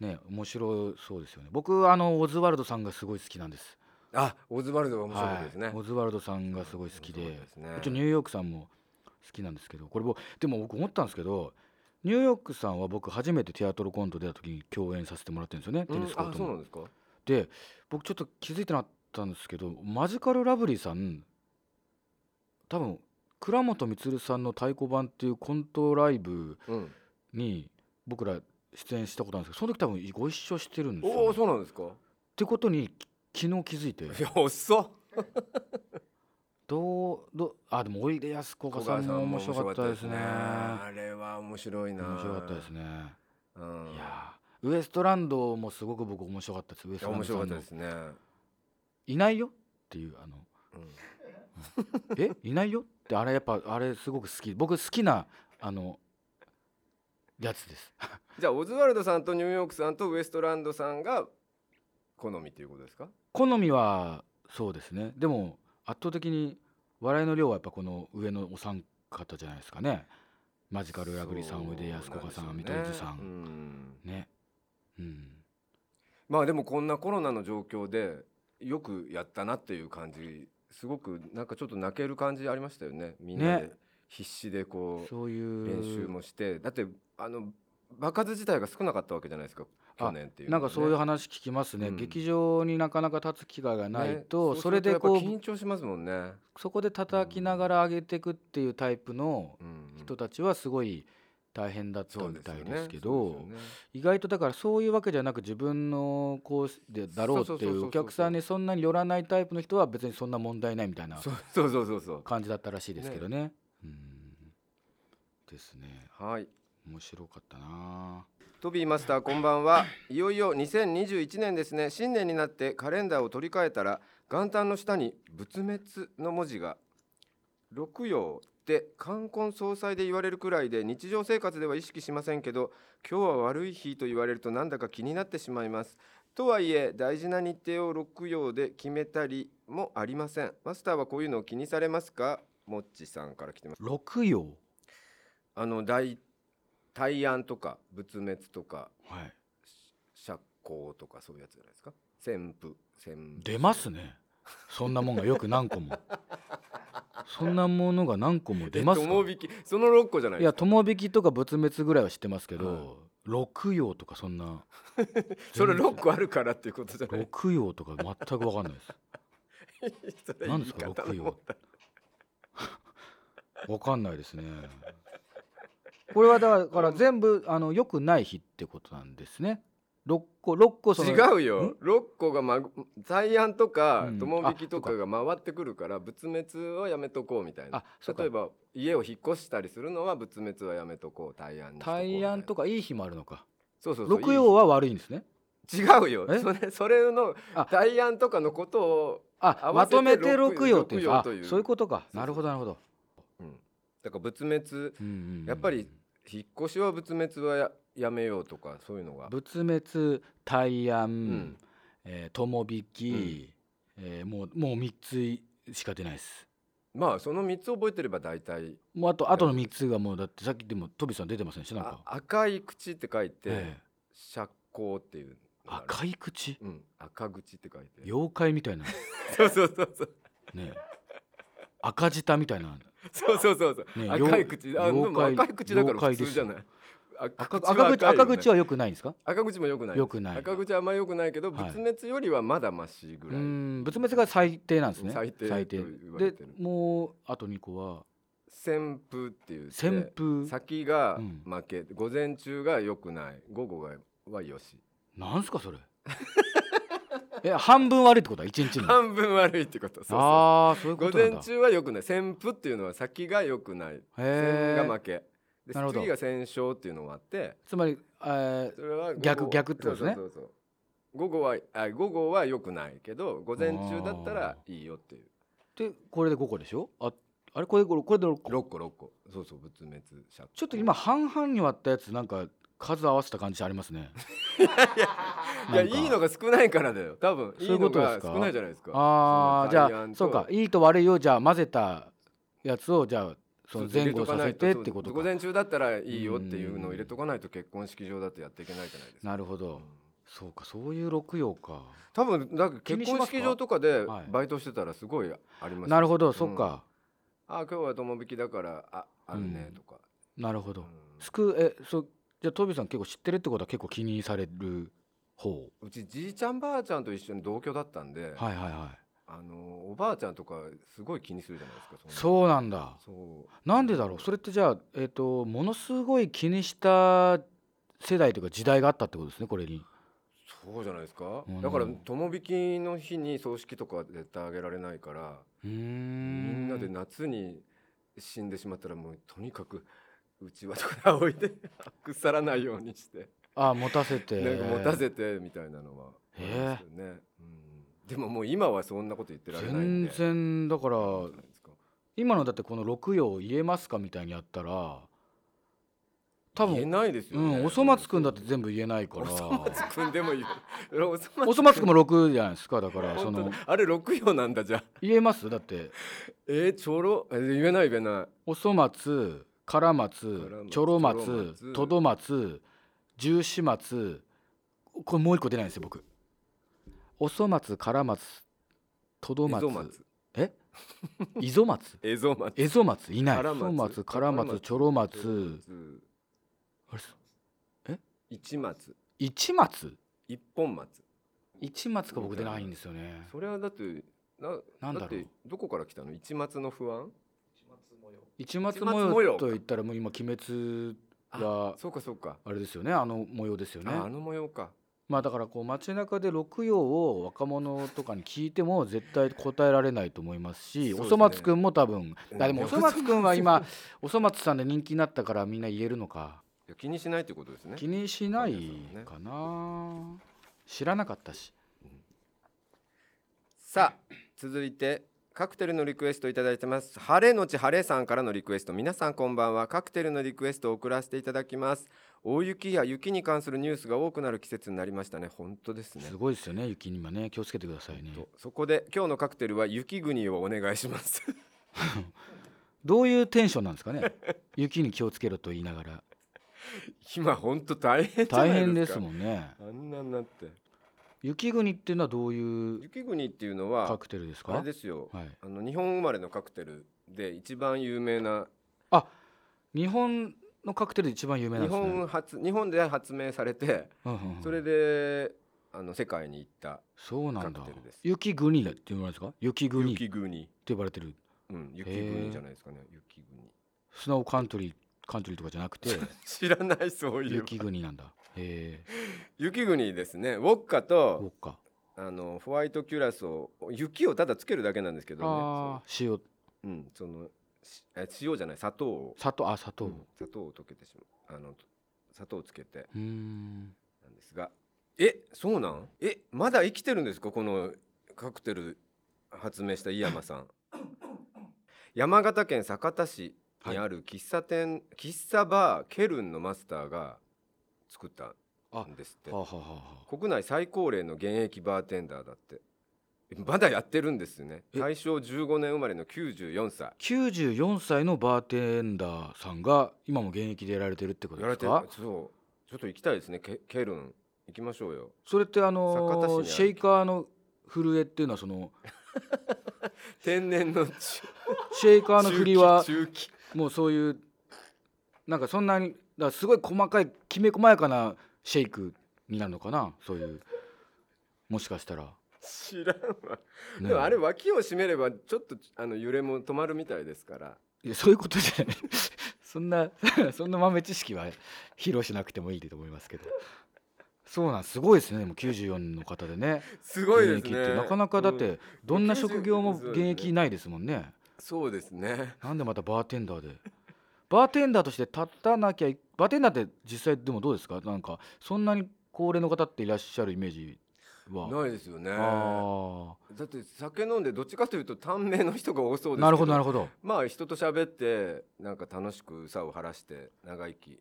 S3: ね面白そうですよね僕あのオズワルドさんがすごい好きなんです
S2: あオズワルドが面白かったですね、
S3: はい、オズワルドさんがすごい好きで
S2: 面白かったですね
S3: 一応ニューヨークさんも好きなんですけどこれ僕でも僕思ったんですけどニューヨークさんは僕初めてテアトルコント出た時に共演させてもらってるんですよね、
S2: う
S3: テ
S2: ん
S3: ニスコー
S2: あ
S3: ト
S2: そうな
S3: の
S2: ん。ですか
S3: で僕ちょっと気づいてなかったんですけどマジカルラブリーさん多分倉本光さんの「太鼓判」っていうコントライブ
S2: うん
S3: に僕ら出演したことなんですけどその時多分ご一緒してるんですよ、
S2: お
S3: ね。
S2: お
S3: っ
S2: そうなんですか
S3: てことにき昨日気づいて
S2: いや遅っ
S3: どうどうあでもおいでやすこがさんも面白かったですね
S2: あれは面白いな
S3: 面白かったですね、
S2: うん
S3: いやーウエストランドもすごく僕面白かったですウエス
S2: い
S3: ト
S2: や
S3: ラン
S2: 面
S3: ドさ
S2: 白かっ
S3: ん
S2: た
S3: の
S2: ですね、
S3: いないよっていうあの
S2: うん
S3: えいないよってあれやっぱあれすごく好き僕好きなあのやつです
S2: じゃあオズワルドさんとニューヨークさんとウエストランドさんが好みっていうことですか
S3: 好みはそうですねでも圧倒的に笑いの量はやっぱこの上のお三方じゃないですかねマジカルラブリーさんおいでやすこがさん見取り図さ
S2: うんん
S3: ねうん
S2: まあでもこんなコロナの状況でよくやったなっていう感じすごくなんかちょっと泣ける感じありましたよねみんな
S3: ね
S2: で必死でこう
S3: そういう
S2: 練習もして、だってあの場数自体が少なかったわけじゃないですか
S3: あ
S2: 去年っていうの
S3: な
S2: はね、
S3: んかそういう話聞きますね、
S2: うん
S3: 劇場になかなか立つ機会がないと、
S2: ね
S3: それで
S2: う
S3: こ
S2: するとやっぱ
S3: う
S2: 緊張しますもんね、
S3: そこで叩きながら上げていくっていうタイプの
S2: うんうん
S3: 人たちはすごい大変だった
S2: そう
S3: み
S2: です
S3: た
S2: よ
S3: い
S2: ね
S3: ですけ
S2: そ
S3: ど
S2: うですよね
S3: 意外とだからそういうわけじゃなく自分のこうでだろうって
S2: そうそうそうそう
S3: い
S2: そうう
S3: お客さんにそんなに寄らないタイプの人は別にそんな問題ないみたいな
S2: そうそうそうそうそう
S3: 感じだったらしいですけどね。うんですね
S2: はい
S3: 面白かったな
S2: トビーマスターこんばんはいよいよ2021年ですね新年になってカレンダーを取り替えたら元旦の下に仏滅の文字が六曜って冠婚葬祭で言われるくらいで日常生活では意識しませんけど今日は悪い日と言われるとなんだか気になってしまいますとはいえ大事な日程を六曜で決めたりもありませんマスターはこういうのを気にされますかもっちさんから来てます
S3: 六曜
S2: あの大大安とか仏滅とか
S3: はい
S2: 釈光とかそういうやつじゃないですか旋風旋風
S3: 出ますねそんなもんがよく何個もそんなものが何個も出ますか
S2: 友引きその6個じゃない
S3: い
S2: で
S3: や
S2: すか
S3: 友引きとか仏滅ぐらいは知ってますけ
S2: はい
S3: ど、六曜とかそんな
S2: それ6個あるからっていうことじゃない
S3: 六曜とか全く分かんないです
S2: それ
S3: 何
S2: 言い
S3: ですか
S2: 方の
S3: 六
S2: 問
S3: 曜
S2: 題
S3: 分かんないですねこれはだから全部あの良くない日ってことなんですね六個六個その
S2: 違うよ
S3: ん
S2: 6個が、ま、大安とか
S3: うん
S2: 友引きとかが回ってくるから仏滅はやめとこうみたいな
S3: あそうか
S2: 例えば家を引っ越したりするのは仏滅はやめとこう大安にしとこうみたい
S3: 大
S2: な
S3: 安とかいい日もあるのか
S2: そうそうそう
S3: 六曜は悪いんですね
S2: いい違うよ
S3: え
S2: それそれの
S3: あ
S2: 大安とかのことを
S3: あ
S2: 合
S3: ま
S2: わせて
S3: とめて六曜っていうかあ
S2: 六曜という
S3: そういうことか
S2: そう
S3: なるほどなるほど、
S2: だから仏滅
S3: うんうんうん
S2: やっぱり引っ越しは仏滅はややめようとかそういうのが
S3: 仏滅大安、
S2: ん
S3: えー友引き、えーもうもう3つしか出ないです
S2: まあその3つ覚えてれば大体
S3: もうあとあとの3つがもうだってさっきでもトビさん出てませんでしたなん
S2: あ
S3: か、
S2: 赤い口って書いて、
S3: ええ
S2: 赤口っていうのがある
S3: 赤い口
S2: うん、赤口って書いて
S3: 妖怪みたいな
S2: そうそうそうそう
S3: ね赤舌みたいな
S2: そうそうそうそう、
S3: ね
S2: 赤い口あで
S3: 妖
S2: も
S3: 怪
S2: 赤い口だから
S3: 妖怪
S2: 普
S3: です
S2: 通じゃない
S3: 赤
S2: 赤
S3: 口赤口赤口
S2: は
S3: は良くないんですか
S2: 赤口も良くないです
S3: 良くない
S2: 赤口はあんまり良くないけど
S3: はい
S2: 仏滅よりはまだマシぐ
S3: う
S2: らい、
S3: ん仏滅が最低なんですね
S2: 最低と言われ
S3: で
S2: てる
S3: もうあと2個は
S2: 旋風っていう
S3: 旋風
S2: 先が
S3: うん
S2: 負け、午前中が良くない午後がはよし
S3: なんすかそれ え半分悪いってことは1日の
S2: 半分悪いってことそうそう
S3: ああそういうこ
S2: 午
S3: となん
S2: 前
S3: だ
S2: 中は良くない旋風っていうのは先が良くない
S3: へ
S2: 先
S3: ー
S2: が負けで
S3: なるほど
S2: 次が戦勝っていうのがあって
S3: つまり、えー
S2: それは午後
S3: 逆逆ってことですね
S2: そうそうそうそう午後はあ午後は良くないけど午前中だったらいいよっていう
S3: でこれで5個でしょああれこれこれこれで6個
S2: 六個六個そうそう仏滅者
S3: ちょっと今半々に割ったやつなんか数合わせた感じありますね
S2: いや
S3: なんか
S2: いいのが少ないからだよ多分
S3: そう
S2: い
S3: いう
S2: い
S3: こ
S2: の
S3: とです
S2: が
S3: か
S2: 少ないじゃないですか
S3: ああじ
S2: の
S3: ゃ
S2: ジャイア
S3: あ
S2: ンと
S3: そうかいいと悪いをじゃあ混ぜたやつをじゃあその前後させてってこ
S2: そ
S3: と
S2: う午
S3: か
S2: 前中だったらいいよっていうのを入れとかないと結婚式場だとやっていけないじゃないですか
S3: なるほどそうかそういう六要か
S2: 多分なんか
S3: 気に
S2: 結
S3: し
S2: 婚
S3: ますか
S2: 式場とかで
S3: はい
S2: バイトしてたらすごいあります
S3: なるほど
S2: うん
S3: そっか
S2: あ今日は友引きだからああるねとか、
S3: なるほど
S2: うん
S3: すくえそうじゃあトビさん結構知ってるってことは結構気にされる方
S2: うちじいちゃんばあちゃんと一緒に同居だったんで、
S3: はいはいはい
S2: あのおばあちゃんとかすごい気にするじゃないですかそ
S3: そうなんだ
S2: うそう
S3: なんでだろうそれってじゃあ、えー、とものすごい気にした世代というか時代があったってことですねこれに
S2: そうじゃないですか、
S3: うん
S2: だから友引きの日に葬式とかは絶対あげられないから
S3: うー
S2: みん
S3: ん
S2: なで夏に死んでしまったらもうとにかくうちわとか置いて 腐らないようにして、
S3: あ持たせて
S2: なんか持たせてみたいなのはありますよね、うん、でももう今はそんなこと言ってられないん
S3: 全
S2: で
S3: 然だから
S2: そうじゃないですか
S3: 今のだってこの六葉言えますかみたいにやったら多
S2: 言え
S3: 分
S2: ないです
S3: う
S2: よね、
S3: んおそ松くんだって全部言えないから
S2: おそ松くんでも言うおそ松
S3: おそ松くんも6じゃな いですかだからそ
S2: 本当
S3: の
S2: だあれ六葉なんだじゃあ
S3: 言えますだって
S2: えー、ちょろえ言えない言えない
S3: おそ松から松
S2: から松
S3: ちょろ
S2: ちょろ
S3: 松
S2: 松
S3: とど松十四松これもう一個出ないんですよ僕おそ松から松とど
S2: エゾ
S3: 松
S2: 松
S3: えいぞ松
S2: エゾ松
S3: えぞ松いない
S2: から
S3: おそ松から
S2: から
S3: 松ちょろ松
S2: ちょろ松
S3: あれ
S2: 一松
S3: 一松
S2: 一本松
S3: 一松が僕出ないんですよね
S2: それはだってな
S3: なんだろう
S2: ってどこから来たの一松の不安
S3: 一松
S2: 一松模様
S3: 模様と言ったらもう今鬼滅が
S2: そうかそうか、
S3: あれですよねあの模様ですよね
S2: ああの模様か
S3: まあだからこう街中で六葉を若者とかに聞いても絶対答えられないと思いますし
S2: そうですね
S3: おそ松くんも多分あでも
S2: うん
S3: おそ松くんは今おそ松さんで人気になったからみんな言えるのか
S2: いや気にしないってことですね
S3: 気にしない
S2: そうです
S3: かな知らなかったし
S2: さあ続いてカクテルのリクエストいただいてます晴れのち晴れさんからのリクエスト皆さんこんばんはカクテルのリクエストを送らせていただきます大雪や雪に関するニュースが多くなる季節になりましたね本当ですね
S3: すごいですよね雪にはね気をつけてくださいね
S2: とそこで今日のカクテルは雪国をお願いします
S3: どういうテンションなんですかね 雪に気をつけろと言 いながら
S2: 今本当大変じゃない
S3: 大
S2: ですか
S3: 変ですもんね
S2: あんなになって
S3: 雪国っていうのはどういう
S2: 雪国っていうの
S3: カ
S2: は
S3: クテルです
S2: あれ
S3: か
S2: ですよ、
S3: はい
S2: あの日本生まれのカクテルで一番有名な
S3: あ日本のカクテルで一番有名なん
S2: 日
S3: ですね
S2: 本初日本で発明されて
S3: うんうんうん
S2: それであの世界に行った
S3: そうなんだ
S2: カクテルです
S3: 雪国だって言われるんですか雪国って
S2: 雪国
S3: 呼ばれてる
S2: うん雪
S3: へえ
S2: 国じゃないですかね雪国
S3: スノーカントリーカントリーとかじゃなく て
S2: 知らないそういう
S3: 雪国なんだへえ
S2: 雪国ですねウォッカ
S3: そ
S2: と
S3: うか
S2: あのホワイトキュラソー雪をただつけるだけなんですけどね
S3: ああ
S2: そ
S3: 塩
S2: のうんそのしえ塩じゃない砂糖を
S3: 砂糖あ砂糖
S2: うん砂糖を溶けてしまうあの砂糖をつけて
S3: うーん
S2: なんですがえそうなんえまだ生きてるんですかこのカクテル発明した井山さん山形県酒田市にある喫茶店、喫茶バーケルンのマスターが作ったんですって
S3: はあはあはあはあ
S2: 国内最高齢の現役バーテンダーだってまだやってるんですね
S3: え
S2: 大正15年生まれの94歳
S3: 94歳のバーテンダーさんが今も現役でやられてるってこと
S2: やら
S3: で
S2: れ
S3: す
S2: てる
S3: か
S2: そうちょっと行きたいですねケケルン行きましょうよ
S3: それってあ
S2: 酒田市にあ
S3: の
S2: る
S3: シェイカーの震えっていうのはその
S2: 天然 の中
S3: シェイカーの振りは
S2: 中期
S3: もうそういうなんかそんなにだからすごい細かいきめ細やかなシェイクになるのかなそういうもしかしたら、
S2: 知らんわ、
S3: ね
S2: でもあれ脇を締めればちょっとあの揺れも止まるみたいですから
S3: いやそういうことじゃない そんな そんな豆知識は披露しなくてもいいと思いますけどそうなんすごいですねでも94の方でね
S2: すごいで
S3: 現
S2: す
S3: 役っ
S2: ね
S3: てなかなかだっ
S2: うん
S3: てどんな職業も
S2: 90
S3: 現役ないですもんね
S2: そうですね
S3: なんでまたバーテンダーでバーテンダーとして立たなきゃいバーテンダーって実際でもどうですかなんかそんなに高齢の方っていらっしゃるイメージは
S2: ないですよね
S3: あ
S2: だって酒飲んでどっちかというと短命の人が多そう
S3: あ
S2: です
S3: なるほどなる
S2: ほ
S3: ほど
S2: どまあ人と喋ってなんか楽しくさを晴らして長生き、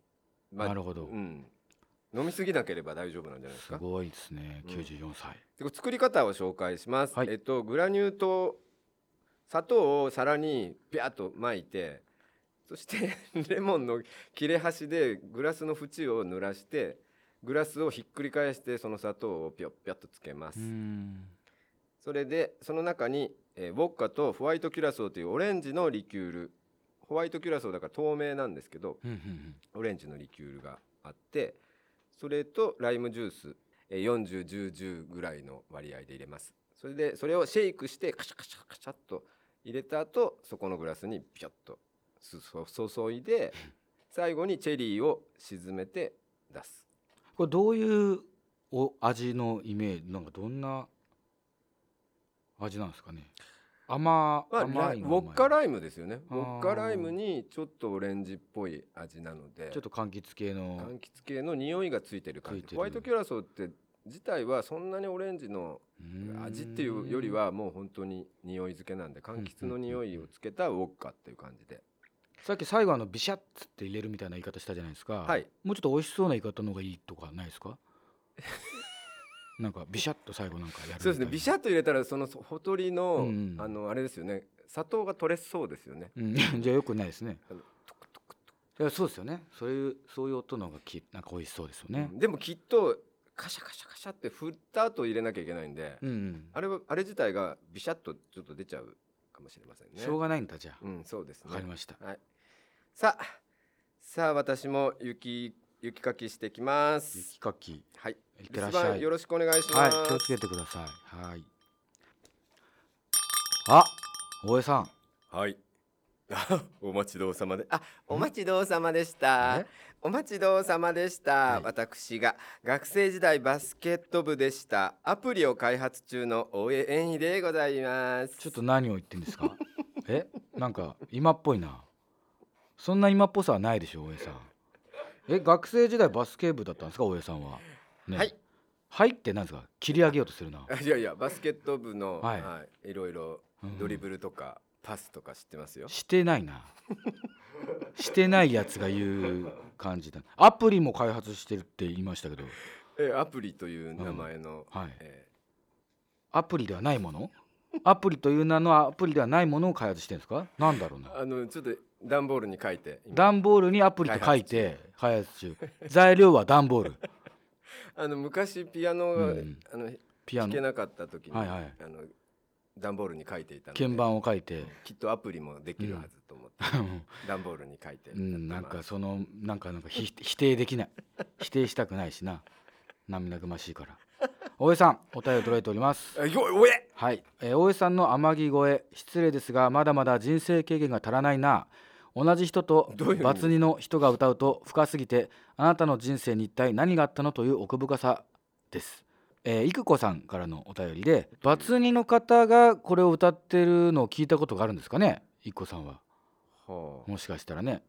S2: まあ、
S3: なるほど
S2: うん、飲みすぎなければ大丈夫なんじゃないです
S3: す
S2: か
S3: ごいですね
S2: うん
S3: 94歳
S2: で作り方を紹介します、
S3: はい
S2: えっとグラニュー糖砂糖を皿にピャッと巻いてそして レモンの切れ端でグラスの縁を濡らしてグラスをひっくり返してその砂糖をピョッピョッとつけます、
S3: うん
S2: それでその中に、えーウォッカとホワイトキュラソーというオレンジのリキュールホワイトキュラソーだから透明なんですけど
S3: うんうんうん
S2: オレンジのリキュールがあってそれとライムジュースえー401010ぐらいの割合で入れますそれでそれをシェイクしてカシャカシャカシャっと入れた後そこのグラスにピョッとすそ注いで最後にチェリーを沈めて出す
S3: これどういうお味のイメージなんかどんな味なんですかね甘
S2: まあ、
S3: 甘
S2: ラ
S3: い
S2: イ
S3: の
S2: ウ
S3: 甘い
S2: ォ
S3: の
S2: ッカライムですよね
S3: あ
S2: ウ
S3: ー
S2: ォッカライムにちょっとオレンジっぽい味なので
S3: ちょっと柑橘系の
S2: 柑橘系の匂いがついてる感
S3: つい
S2: じ
S3: てる
S2: ホワイトキュラソーって自体はそんなにオレンジの
S3: うん
S2: 味っていうよりはもう本当に匂い付けなんで柑橘の匂いをつけたウォッカっていう感じで
S3: さっき最後あのビシャッつって入れるみたいな言い方したじゃないですか、
S2: はい
S3: もうちょっと美味しそうな言い方の方がいいとかないで すかなんかビシャッと最後なんかやるみたいな
S2: そうですねビシャッと入れたらそのほとりの
S3: うん
S2: あのあれですよね砂糖が取れそうですよね
S3: うん、じ ゃあよくないですね
S2: あの
S3: いやそうですよねそういうそういう音の方がきなんか美味しそうですよね
S2: うんでもきっとカシャカシャカシャって振った後入れなきゃいけないんで
S3: うん、うん
S2: あれはあれ自体がビシャッとちょっと出ちゃうかもしれませんね
S3: しょうがないんだじゃあ
S2: うんそうです
S3: わかり
S2: ね
S3: ました
S2: はい。さあ、さあ私も雪雪かきしてきます。
S3: 雪かきい
S2: はい。
S3: って
S2: 留
S3: らっ
S2: 守
S3: しゃ
S2: 番
S3: い
S2: よろしくお願いし
S3: は
S2: ま
S3: い
S2: す。
S3: 気をつけてくださいはいあ大江さん
S2: はい。 お待ちどうさまで。あ、お待ちどうさまでした
S3: え。
S2: お待ちどうさまでした。
S3: はい
S2: 私が学生時代バスケット部でした。アプリを開発中の大江演でございます。
S3: ちょっと何を言ってんですかえなんか今っぽいなそんな今っぽさはないでしょ大江さんえ学生時代バスケ部だったんですか大江さんは、ね
S2: はい
S3: はいってなんですか切り上げようとするな
S2: あいやいやバスケット部の、
S3: は
S2: はいいい、ろいろ
S3: うん
S2: ドリブルとか、パスとか知ってますよ。
S3: してないなしてないやつが言う感じだアプリも開発してるって言いましたけど
S2: えアプリという名前の、
S3: はい
S2: え
S3: アプリではないものアプリという名のアプリではないものを開発してるんですかなんだろうな
S2: ーあのちょっと段ボールに書いて今
S3: 段ボールにアプリと書いて開発中材料は段ボール
S2: あの昔ピアノが、
S3: うん
S2: あの
S3: ピア
S2: 弾
S3: ノ
S2: けなかった時に、
S3: はいはい
S2: あの段ボールに書いていたので
S3: 鍵盤を書いて、
S2: きっとアプリもできるはずと思って、段ボールに書いてやってま
S3: う
S2: す
S3: ん、なんかそのなんかなんかひ否定できない否定したくないしな涙ぐましいから大江さんお便り届いております
S2: あよおえ
S3: はい、えー大江さんの天城越え失礼ですがまだまだ人生経験が足らないな同じ人と
S2: どういう意味
S3: バツ2の人が歌うと深すぎてあなたの人生に一体何があったのという奥深さです。えー、いくこさんからのお便りでバツ2の方がこれを歌ってるのを聞いたことがあるんですかねいくこさんは
S2: は
S3: もしかしたらね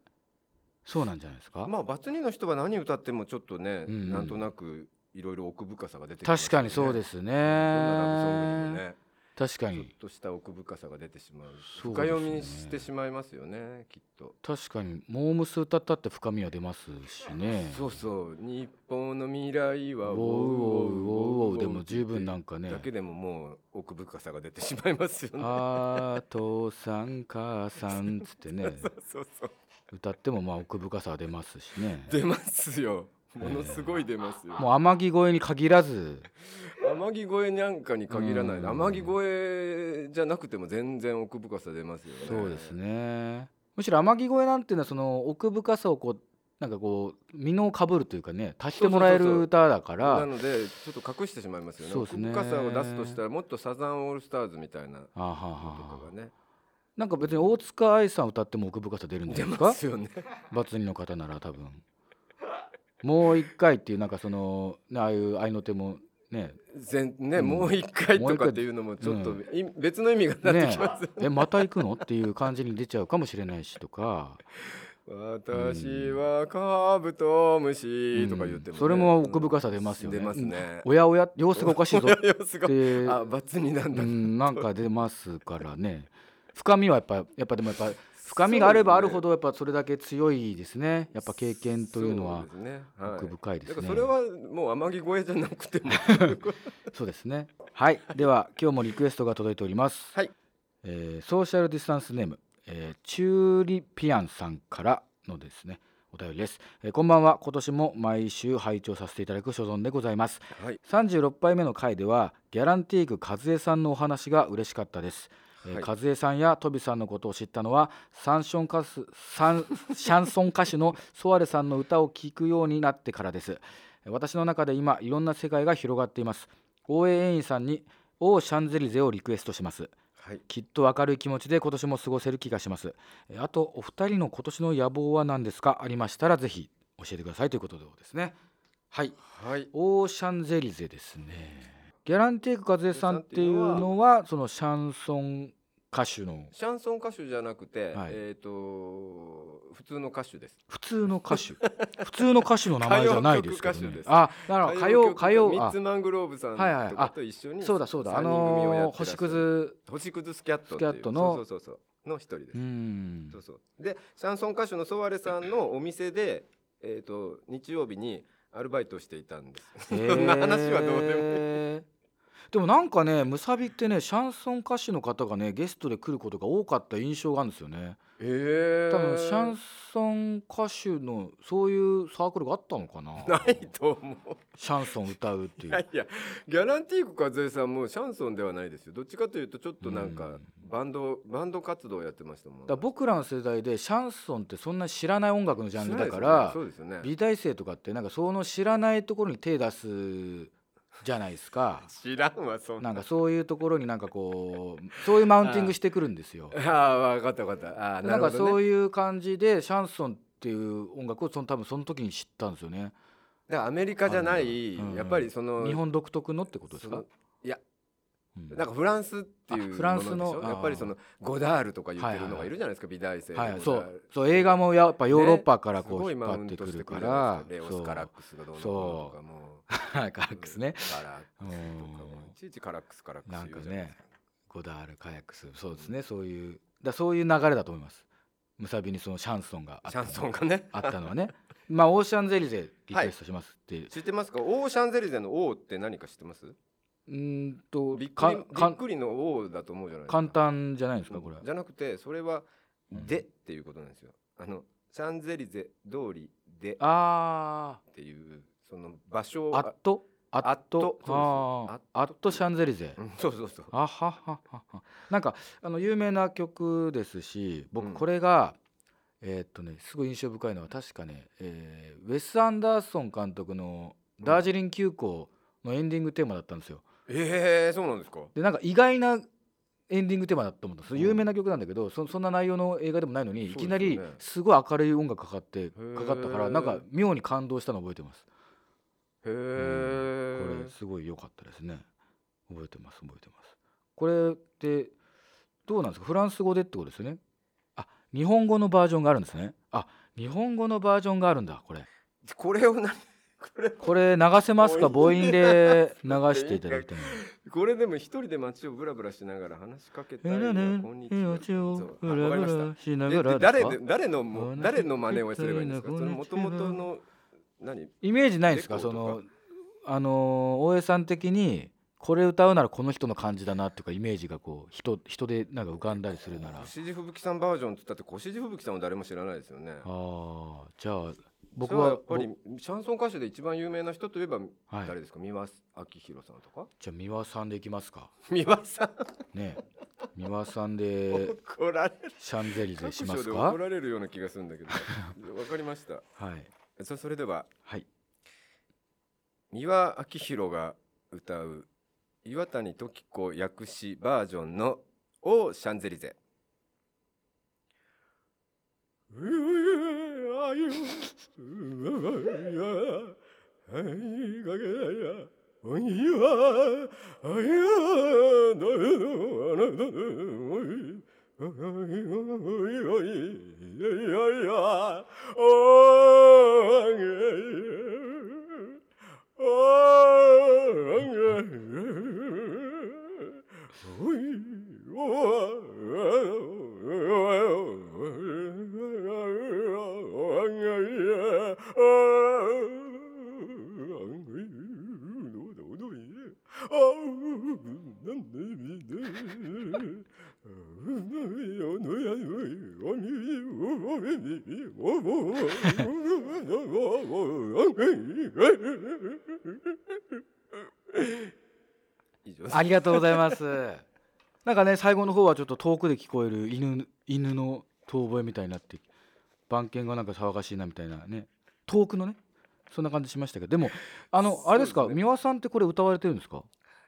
S3: そうなんじゃないです
S2: あ、
S3: か、
S2: まあバツ2の人は何歌ってもちょっとね、
S3: うんうん
S2: なんとなくいろいろ奥深さが出てきますよ
S3: 確かにそうです
S2: どんなラブソングにも
S3: ね
S2: ね
S3: 確か
S2: ちょっ
S3: に
S2: とした奥深さが出てしまう
S3: そう
S2: 深
S3: ですね
S2: 読みしてしまいますよねきっと
S3: 確かにモームス歌ったって深みは出ますしね
S2: そうそう日本の未来
S3: ウォ
S2: は
S3: ウウォウウォウウォウでも十分なんかね
S2: だけでももう奥深さが出てしまいますよね
S3: あー父さん母さんつってね
S2: そうそう
S3: 歌ってもまあ奥深さは出ますしね
S2: 出ますよものすごい出ますよ、
S3: もう天城越えに限らず
S2: 天城越えなんかに限らない
S3: うん
S2: 天城越えじゃなくても全然奥深さ出ますよね
S3: そうですねむしろ天城越えなんていうのはその奥深さをこうなんかこう身のかぶるというかね足してもらえ
S2: そうそうそう
S3: る
S2: そう
S3: 歌だか
S2: な
S3: ら
S2: のでちょっと隠してしまいますよね
S3: そうですね
S2: 奥深さを出すとしたらもっとサザンオールスターズみたいなの
S3: あはは
S2: と
S3: は
S2: かがね
S3: なんか別に大塚愛さん歌っても奥深さ出るんじ
S2: 出
S3: ゃないで
S2: ますすよね
S3: かバツ2の方なら多分もう一回っていうなんかそのねああいう愛の手もね
S2: 全ね、
S3: うん
S2: もう一回とかっていうのもちょっと、
S3: もう
S2: い別の意味がなってきます、
S3: えまた行くのっていう感じに出ちゃうかもしれないしとか
S2: 私はカブトムシとか言ってもね、
S3: うんそれも奥深さ出ますよね
S2: 出ますね、
S3: おやおや様子がおかし いぞっ
S2: 様子が
S3: て
S2: あバツになん
S3: う
S2: だ、
S3: ん、なんか出ますからね深みはやっぱやっぱでもやっぱ深みがあればあるほどやっぱそれだけ強いですねやっぱ経験というのは
S2: そうですねはい
S3: 奥深いで
S2: だ
S3: す
S2: から
S3: ね
S2: それはもう天城越えじゃなくて も
S3: そうですねはいでは今日もリクエストが届いております、
S2: はい
S3: えーソーシャルディスタンスネーム、えーチューリピアンさんからのですねお便りです、えーこんばんは今年も毎週拝聴させていただく所存でございます
S2: はい、
S3: 36杯目の回ではギャランティーク和江さんのお話が嬉しかったです、えー
S2: はい
S3: 和江さんやトビさんのことを知ったのはサンションカスサ ンシャンソン歌手のソアレさんの歌を聴くようになってからです私の中で今いろんな世界が広がっています大江演員さんに「オーシャンゼリゼ」をリクエストします
S2: はい、
S3: きっと明るい気持ちで今年も過ごせる気がしますえーあとお二人の今年の野望は何ですかありましたらぜひ教えてくださいということでですねはい
S2: はい、
S3: オーシャンゼリゼですね。ギャランティーク和江さんっていうのはそのシャンソン歌手の
S2: シャンソン歌手じゃなくて、
S3: はい
S2: えっ、と普通の歌手です
S3: 普通の歌手普通の歌手の名前じゃないですけ
S2: 歌謡曲歌
S3: ど
S2: 手
S3: ね
S2: で。す
S3: あ、なるほど歌謡歌
S2: ミ
S3: 謡
S2: ッ
S3: あ
S2: ツマングローブさん
S3: はいはい
S2: とかと一緒に
S3: そうだそうだあ
S2: 三人組をやっ
S3: の
S2: てらっしゃる
S3: 星屑
S2: 星屑スキャットっていう
S3: スキャットの
S2: そうそうそうそうの一人です、
S3: うん
S2: そうそうでシャンソン歌手のソワレさんのお店で、えー、と日曜日にアルバイトしていたんです
S3: へー
S2: そんな話はどうでもいい
S3: でもなんかねムサビってねシャンソン歌手の方がねゲストで来ることが多かった印象があるんですよね
S2: え
S3: 多
S2: ー
S3: 分シャンソン歌手のそういうサークルがあったのかな
S2: ないと思う
S3: シャンソン歌うってい
S2: いうやいやギャランティーク和江さんもシャンソンではないですよどっちかというとちょっとなん
S3: う
S2: か
S3: ん
S2: バンド、バンド活動をやってましたもんね
S3: だから僕らの世代でシャンソンってそんな知らない音楽のジャンルだから、
S2: そうですよねそうですよね
S3: 美大生とかってなんかその知らないところに手出すじゃないですか
S2: 知らんわ そんな
S3: なんかそういうところになんかこうそういうマウンティングしてくるんですよ。
S2: ああ分かった分かったああな
S3: な
S2: んるほ
S3: か
S2: ど、ね、
S3: そういう感じでシャンソンっていう音楽をその多分その時に知ったんですよね。
S2: だからアメリカじゃない、
S3: うん
S2: やっぱりその
S3: 日本独特のってことです
S2: そ
S3: か
S2: の？いや
S3: うん
S2: なんかフランスっていう
S3: あフランスの
S2: もでしょ
S3: あー
S2: やっぱりそのゴダールとか言って
S3: は
S2: る
S3: いはい
S2: の
S3: は
S2: が
S3: い
S2: いるじゃないですか、美大生の
S3: はい、
S2: ゴ
S3: そ
S2: ダール
S3: うそう映画もやっぱヨーロッパから
S2: ね
S3: こう
S2: す
S3: 引っ
S2: ごいマウ
S3: 張っ
S2: ン
S3: て
S2: ト
S3: く
S2: して
S3: る
S2: く
S3: か
S2: るじゃ
S3: ら
S2: ないですかレオ
S3: そ
S2: ス・
S3: う
S2: カラックスがどうのこうのとかもう
S3: カラックスね
S2: カラック
S3: う
S2: スと
S3: ん
S2: かもいちいちカラックスカラックス
S3: なん
S2: 言
S3: か
S2: うじゃないで
S3: ね
S2: すか
S3: ゴダールカヤックスそうですね、そういうだそういう流れだと思いますむさびにそのシャンソンがあっ
S2: シ
S3: た
S2: ャ
S3: の
S2: ンソンがね
S3: あ ったのはねまあオーシャンゼリゼリクエストしますって、
S2: 知ってますかオーシャンゼリゼの王って何か知ってます
S3: うーんと
S2: びっく
S3: か
S2: りび
S3: か
S2: っくりの王だと思うじゃないですか
S3: 簡単じゃないですかこれ
S2: じゃなくてそれは「
S3: うん
S2: で」っていうことなんですよあのシャンゼリゼ通りで
S3: あ
S2: っていうその場所
S3: ー
S2: を
S3: アットア
S2: アッ
S3: ット
S2: ト
S3: あー
S2: ア
S3: ア
S2: ット
S3: ットシャンゼリゼ、
S2: うん そうそうそう
S3: あははははなんかあの有名な曲ですし
S2: う
S3: 僕
S2: ん
S3: これが、えーっとねすごい印象深いのは確かね、えーウェス・アンダーソン監督の「
S2: うん
S3: ダージリン急行」のエンディングテーマだったんですよ。
S2: ええそうなんですか
S3: でなんか意外なエンディングテーマだと思ったんです
S2: うん
S3: 有名な曲なんだけど、そそんな内容の映画でもないのに、
S2: そう
S3: い
S2: です
S3: き
S2: よ
S3: な
S2: ね
S3: りすごい明るい音楽かかって
S2: ー
S3: かかったからなんか妙に感動したの覚えてます。
S2: へえ、
S3: これすごい良かったですね覚えてます覚えてますこれってどうなんですかフランス語でってことですよねあ日本語のバージョンがあるんですねあ日本語のバージョンがあるんだこれ
S2: これを何これ
S3: これ流せますか
S2: 母
S3: 母音で流していただきたい
S2: これでも一人で街をブラブラしながら話しかけたいなこんにちはそうあ
S3: ブラ
S2: わかり
S3: ブ
S2: ました
S3: ラしな
S2: で
S3: が
S2: で
S3: らです
S2: 誰
S3: か
S2: で誰のも
S3: あなた
S2: 誰の真似をすればいいんですかそ
S3: 一人
S2: の
S3: の
S2: 元々の何
S3: イメージないんですか
S2: レコー
S3: そ
S2: ドとか
S3: のあのー大江さん的にこれ歌うならこの人の感じだなとかイメージがこう人人でなんか浮かんだりするならあ
S2: 越路吹雪さんバージョンって言ったって越路吹雪さんは誰も知らないですよね
S3: あーじゃあ僕
S2: 僕は
S3: は
S2: やっぱり
S3: ぼ
S2: シャンソン歌手で一番有名な人といえば
S3: はい
S2: 誰ですか、三輪明宏さんと か
S3: じゃあ三輪さんでいきますか
S2: 三輪さん
S3: ね 三輪さんで
S2: 怒られる
S3: シャンゼリゼ
S2: 各
S3: しま
S2: 所
S3: す
S2: で
S3: か
S2: 怒られるような気がするんだけどわかりました
S3: はい
S2: そそれでは
S3: はい
S2: 三輪明宏が歌う岩谷時子訳詞バージョンの「オーシャンゼリゼ」以上です
S3: ありがとうございますなんかね最後の方はちょっと遠くで聞こえる犬犬の遠吠えみたいになって番犬がなんか騒がしいなみたいなね遠くのねそんな感じしましたけどでもあのあれですか
S2: そうです
S3: 三輪さんってこれ歌われてるんですか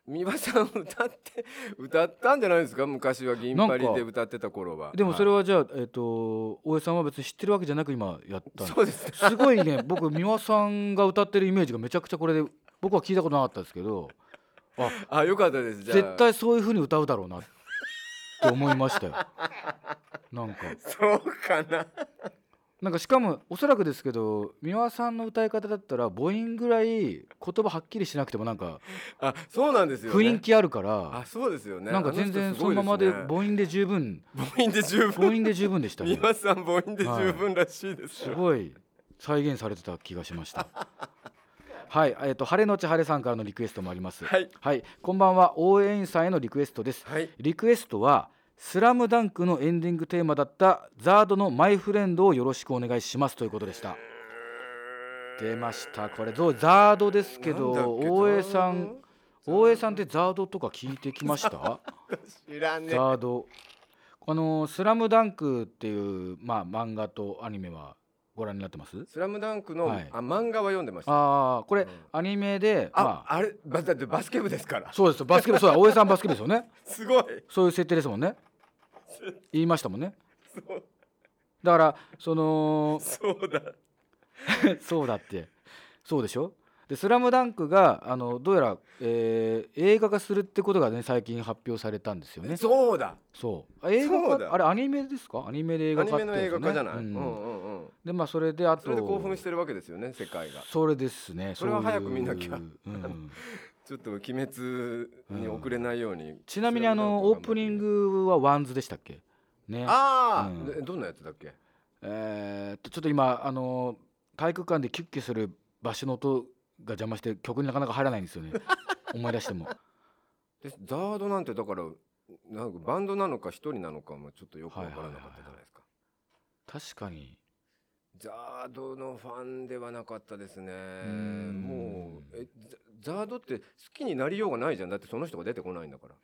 S2: 三輪さん歌って歌ったんじゃないですか昔は銀パリで歌ってた頃は
S3: でもそれ
S2: は
S3: はじゃあ、えっ、と大江さんは別に知ってるわけじゃなく今やった
S2: い
S3: んで
S2: そうですね
S3: すごいね 僕三輪さんが歌ってるイメージがめちゃくちゃこれで僕は聞いたことなかったですけどあ
S2: あよかったですじゃあ
S3: 絶対そういう風に歌うだろうなって思い ましたよなんか
S2: そうかな
S3: なんかしかもおそらくですけど三輪さんの歌い方だったら母音ぐらい言葉はっきりしなくてもなんか
S2: あそうなんですよ、ね、
S3: 雰囲気あるから、
S2: あそうですよね
S3: なんか全
S2: あ
S3: 然
S2: 人す
S3: そ
S2: ごい
S3: のままです
S2: ね
S3: 母音で十分
S2: 母音で十
S3: 母
S2: 分
S3: 音で十分でし た
S2: 三
S3: ね
S2: 輪さん母音で十分らしいです
S3: す
S2: よ、
S3: ごい再現されてた気がしました はい、えっと晴れのち晴れさんからのリクエストもあります
S2: はい
S3: はい、こんばんは応援員さんへのリクエストです
S2: はい
S3: リクエストは「スラムダンクのエンディングテーマだったザードの「マイフレンド」をよろしくお願いしますということでした出ましたこれどうザードですけ
S2: な
S3: ど
S2: んだっけ
S3: 大江さ
S2: ザー
S3: ん
S2: ド
S3: 大江さんってザードとか聞いてきました
S2: 知ら ねえ
S3: ザードこの「スラムダンクっていう、まあ、漫画とアニメはご覧になってます
S2: スラムダンクの、
S3: はい
S2: あ漫画は読んでましたあ、
S3: ああこれ、
S2: うん
S3: アニメでまあ
S2: あればだってバスケ部ですから
S3: そうですバスケ部そうだ大江さんバスケ部ですよね
S2: すごい
S3: そういう設定ですもんね言いましたもんね
S2: そう
S3: だからその
S2: そうだ
S3: そうだってそうでしょで「スラムダンクがあのどうやら、えー映画化するってことがね最近発表されたんですよね
S2: そうだ
S3: そうあ映画
S2: そう
S3: 化
S2: だ
S3: あれアニメですかアニメで映
S2: ア
S3: 画
S2: ニ
S3: 化っ
S2: メ
S3: て
S2: の
S3: やつね
S2: 映画化じゃない、
S3: う
S2: うんん、うんうん
S3: でまあそれであと
S2: それで興奮してるわけですよね世界が
S3: それですね
S2: それは
S3: ういう
S2: 早く見なきゃ
S3: うん
S2: ちょっと鬼滅に遅れないように、
S3: ちなみにあのオープニングはワンズでしたっけね
S2: ああ、
S3: うん
S2: でどんなやつだっけ
S3: えーっとちょっと今あの体育館でキュッキュする場所の音が邪魔して曲になかなか入らない んですよね思い出しても
S2: でザードなんてだからなんかバンドなのか一人なのかもちょっとよくわからなかったじゃないですか、
S3: 確かに
S2: ザードのファンではなかったですね
S3: ん
S2: もうえザザードって好きになりようがないじゃんだってその人が出てこないんだから、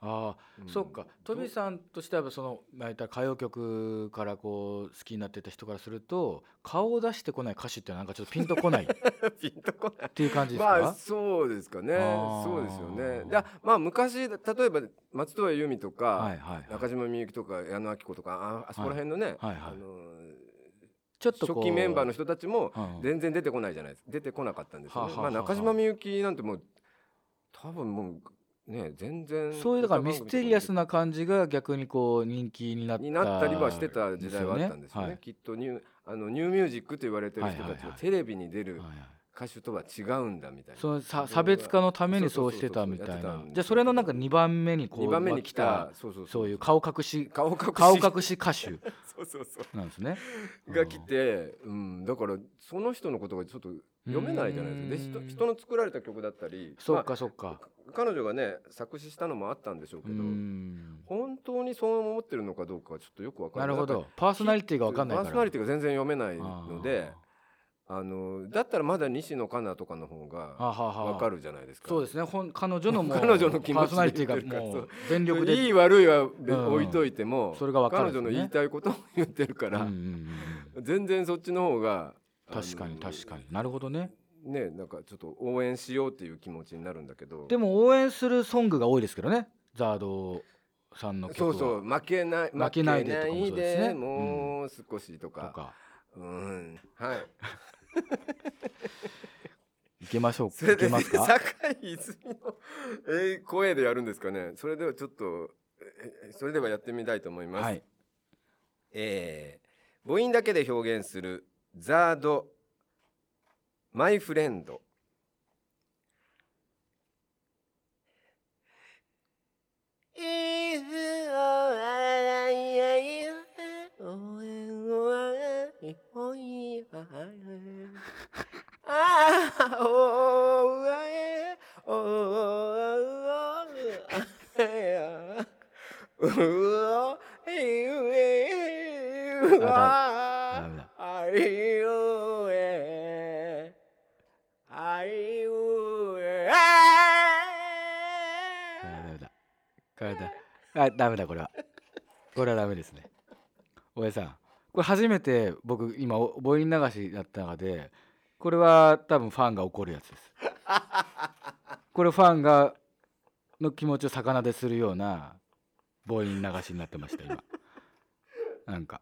S3: ああ
S2: うん
S3: そっかトビさんとしてはそのまあ言ったら歌謡曲からこう好きになってた人からすると顔を出してこない歌手ってのはなんかちょっとピンとこないっ
S2: ピンと こない
S3: ていう感じですか、
S2: ま あそうですかね
S3: あー
S2: そうですよねだまあ昔例えば松任谷由実とか、
S3: はいはいはい
S2: 中島みゆきとか矢野明子とかああそこら辺のね、
S3: はいはい
S2: あの
S3: ちょっとこう
S2: 初期メンバーの人たちも
S3: うん
S2: 全然出てこないじゃないです出てこなかったんですよね、
S3: はあはあはあ
S2: まあ、中島みゆきなんてもう多分もうね全然
S3: そういうだからミステリアスな感じが逆にこう人気になった
S2: になったりはしてた時代はあったんですよね
S3: はい
S2: きっとニューあのニューミュージックと言われてる人たち
S3: はいはい
S2: が
S3: はい
S2: テレビに出る
S3: はいはい
S2: 歌手とは違うんだみたい
S3: そ
S2: な
S3: のさ差別化のために
S2: そ
S3: そうう
S2: そう
S3: し
S2: そう
S3: て
S2: そう
S3: たみた
S2: やっ
S3: い
S2: てた
S3: なん
S2: です
S3: じゃあそれのなんか2番目にこう
S2: 2番目
S3: まあ
S2: に来たそうそう
S3: そういう顔隠し
S2: 顔隠し
S3: 顔隠し歌手
S2: そうそうそう
S3: なんですね
S2: が来て、うん、だからその人のことがちょっと読めないじゃないですか
S3: う
S2: で
S3: ん
S2: 人人の作られた曲だったり
S3: そう
S2: ま
S3: かそうか
S2: あ彼女がね作詞したのもあったんでしょう
S3: う
S2: け
S3: ー
S2: ど
S3: ん
S2: 本当にそう思ってるのかどうかはちょっとよくわか
S3: なん
S2: な
S3: る
S2: い
S3: ほどパーソナリティが分かんないから
S2: パーソナリティが全然読めないのであのだったらまだ西野カナとかの方
S3: あーは
S2: が
S3: あはあ
S2: わかるじゃないですか
S3: そうですねほん彼女のも う
S2: 彼女の気持ちで
S3: パーソナリティが
S2: 言ってるから
S3: も
S2: そう
S3: う全力で
S2: いい悪いはで
S3: うん
S2: 置いといても、
S3: それがわかるん
S2: 彼
S3: です
S2: 女
S3: ね
S2: の言いたいことを言ってるか
S3: うんう
S2: ら、
S3: んうん
S2: 全然そっちの方が
S3: うん確かに
S2: あの
S3: 確かになるほどね
S2: ねなんかちょっと応援しようっていう気持ちになるんだけど
S3: でも応援するソングが多いですけどねザードさんの曲
S2: そ
S3: は
S2: うそう負けない
S3: 負けないでと
S2: 負
S3: か
S2: け
S3: も
S2: ない
S3: そ
S2: う
S3: ですね
S2: でもう少しと
S3: と
S2: か,、
S3: か
S2: うんはい
S3: いけましょう
S2: それ
S3: い
S2: で
S3: け
S2: ね
S3: ますか
S2: 酒井泉の、えー声でやるんですかねそれではちょっとえーそれではやってみたいと思います、
S3: はい
S2: えー母音だけで表現するザードマイフレンド
S3: ダメだ
S2: あいうえあいうえ
S3: ダメだダメだこれだあダメだこれはこれはダメですね大江さんこれ初めて僕今お母音流しやった中でこれは多分ファンが怒るやつ ですこれファンがの気持ちを魚でするような母音流しになってました今なんか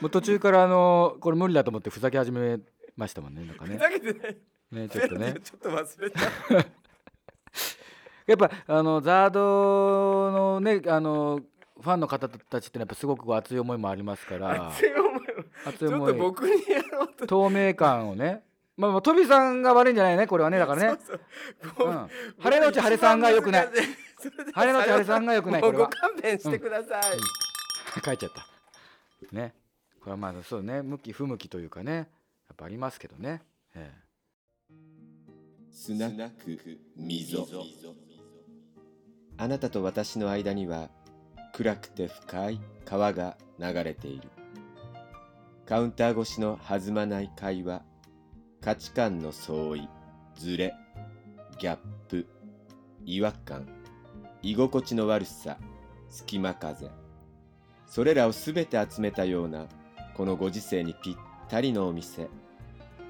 S3: もう途中からあのこれ無理だと思ってふざけ始めましたもんねなんか
S2: ふ
S3: ね
S2: ざけてない
S3: ねち
S2: ち
S3: ょ
S2: ょ
S3: っ
S2: っ
S3: と
S2: と
S3: ね
S2: ねちょっと忘れた
S3: やっぱあのザードのねあのファンの方たちってのはやっぱすごくこう熱い思いもありますから
S2: 熱い思いを
S3: 熱
S2: ち
S3: い
S2: ょっ
S3: 思
S2: と
S3: い
S2: 僕にやろうと
S3: 透明感をねまあまあトビさんが悪いんじゃないねこれはねだからね
S2: そう
S3: う
S2: そうん僕
S3: 晴れのち晴れさんが良くない
S2: 一番難しいそれでは
S3: 晴れのち晴れさんが良くない
S2: も
S3: こ
S2: う
S3: れ
S2: ご
S3: は
S2: 勘弁してください、
S3: 書いちゃったねこれはまあそうね向き不向きというかねやっぱありますけどね、ええ
S2: スナック溝あなたと私の間には暗くて深い川が流れているカウンター越しの弾まない会話価値観の相違ズレギャップ違和感居心地の悪さ隙間風それらを全て集めたようなこのご時世にぴったりのお店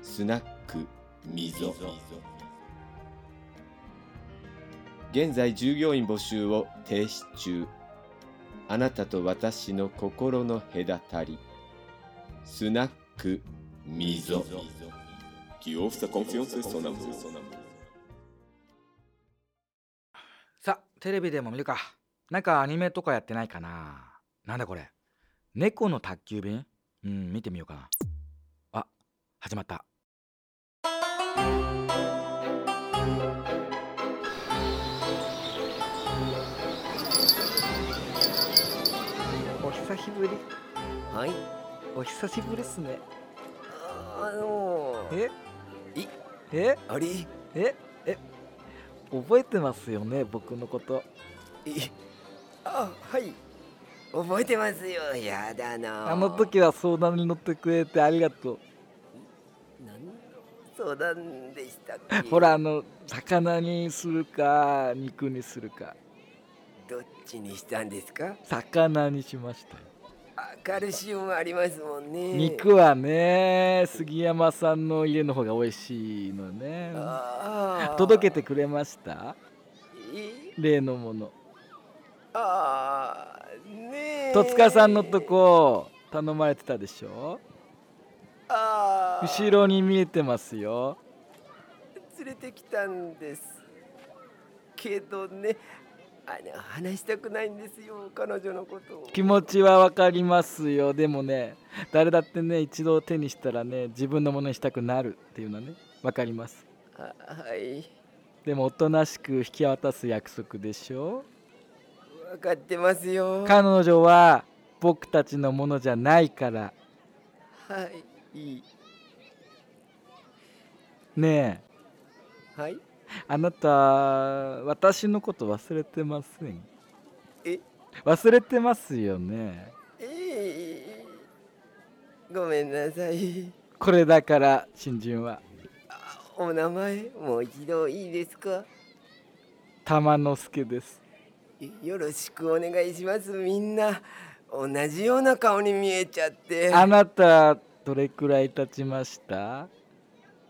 S2: スナック溝現在従業員募集を停止中あなたと私の心の隔たりスナック溝
S4: que houve essa confiança e sonâmbulo.
S3: さテレビでも見るかなんかアニメとかやってないかななんだこれ猫の宅急便うん見てみようかなあ始まった
S5: お久しぶり
S2: はい
S5: お久しぶりっすね
S2: あの
S5: え
S2: い
S5: え
S2: あれい
S5: ええ覚えてますよね僕のこと
S2: あはい覚えてますよやだな
S5: あの時は相談に乗ってくれてありがと
S2: 何の相談でしたっ
S5: う
S2: け
S5: ほらあの魚にするか肉にするか
S2: どっちにしたんですか
S5: 魚にしましたよ
S2: あカルシウムありますもんね
S5: 肉はね杉山さんの家の方が美味しいのね
S2: あー
S5: 届けてくれました
S2: い
S5: 例のもの
S2: あーねえ
S5: 戸塚さんのとこ頼まれてたでしょ
S2: あー
S5: 後ろに見えてますよ
S2: 連れてきたんですけどねあの話したくないんですよ彼女のことを
S5: 気持ちはわかりますよでもね誰だってね一度手にしたらね自分のものにしたくなるっていうのはねわかります
S2: ははい
S5: でもおとなしく引き渡す約束でしょ
S2: 分かってますよ
S5: 彼女は僕たちのものじゃないから
S2: はい
S5: ねえ
S2: はい
S5: あなた私のこと忘れてません
S2: え
S5: 忘れてますよね
S2: えーごめんなさい
S5: これだから新人は
S2: お名前もう一度いいですか
S5: 玉之助です
S2: よろしくお願いしますみんな同じような顔に見えちゃって
S5: あなたどれくらい経ちました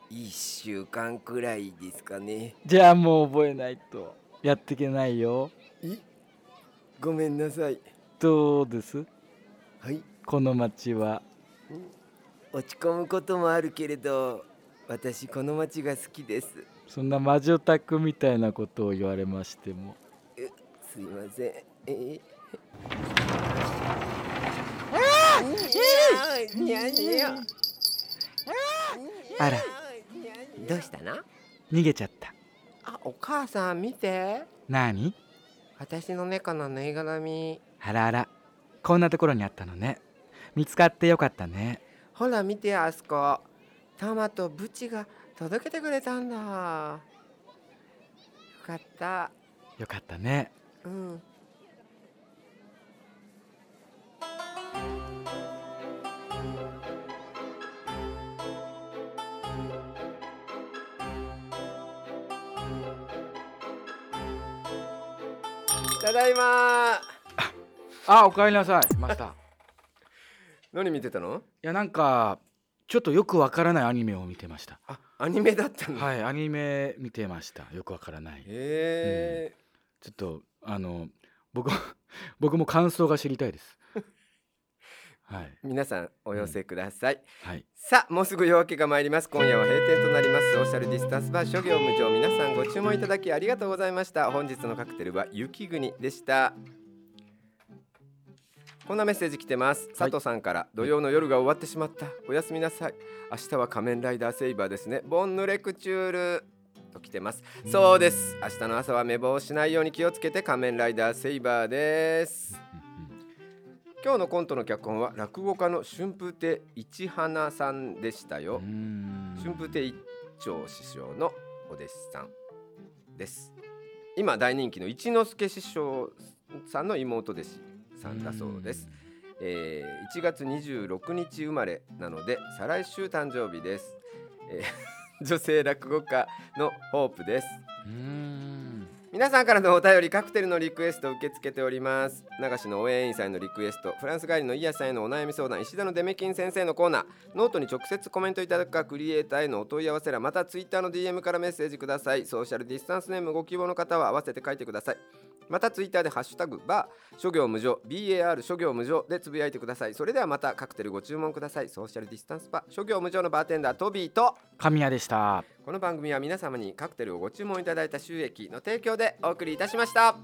S2: 一週間くらいですかね
S5: じゃあもう覚えないとやっていけないよ
S2: いごめんなさい
S5: どうです
S2: はい
S5: この町は
S2: 落ち込むこともあるけれど私この町が好きです
S5: そんな魔女宅みたいなことを言われましても
S2: すいませんえーにゃーにゃー
S5: あら
S2: どうしたな
S5: 逃げちゃった
S2: あお母さん見て
S5: 何
S2: 私の猫のぬいぐるみ
S5: あらあらこんなところにあったのね見つかってよかったね
S2: ほら見てあそこタマとブチが届けてくれたんだよかった
S5: よかったね
S2: うんただいま
S3: あおかえりなさいマスター い
S2: 何見てたの
S3: やなんかちょっとよくわからないアニメを見てました
S2: あアニメだったの
S3: はいアニメ見てましたよくわからない
S2: へえ
S3: ちょっとあの僕 僕も感想が知りた いですはい
S2: 皆さんお寄せください、
S3: はい
S2: さあもうすぐ夜明けが参ります今夜は閉店となりますソーシャルディスタンスバー諸行無常皆さんご注文いただきありがとうございました本日のカクテルは雪国でしたこんなメッセージ来てます佐藤さんから、土曜の夜が終わってしまったおやすみなさい明日は仮面ライダーセイバーですねボンヌレクチュールと来てますそうです明日の朝は寝坊しないように気をつけて仮面ライダーセイバーです今日のコントの脚本は落語家の春風亭一花さんでしたよ
S3: うーん
S2: 春風亭一丁師匠のお弟子さんです今大人気の一之輔師匠さんの妹弟子さんだそうです、えー1月26日生まれなので再来週誕生日です、えー 女性落語家のホープです
S3: うーん
S2: 皆さんからのお便りカクテルのリクエストを受け付けております流しの応援員さんへのリクエストフランス帰りのイヤさんへのお悩み相談石田のデメキン先生のコーナーノートに直接コメントいただくかクリエイターへのお問い合わせらまたツイッターの DM からメッセージくださいソーシャルディスタンスネームご希望の方は合わせて書いてくださいまたツイッターで「ハッシュタグバー諸行無常 BAR 諸行無常」でつぶやいてくださいそれではまたカクテルご注文くださいソーシャルディスタンスバー諸行無常のバーテンダートビーと
S3: 神谷でした
S2: この番組は皆様にカクテルをご注文いただいた収益の提供でお送りいたしました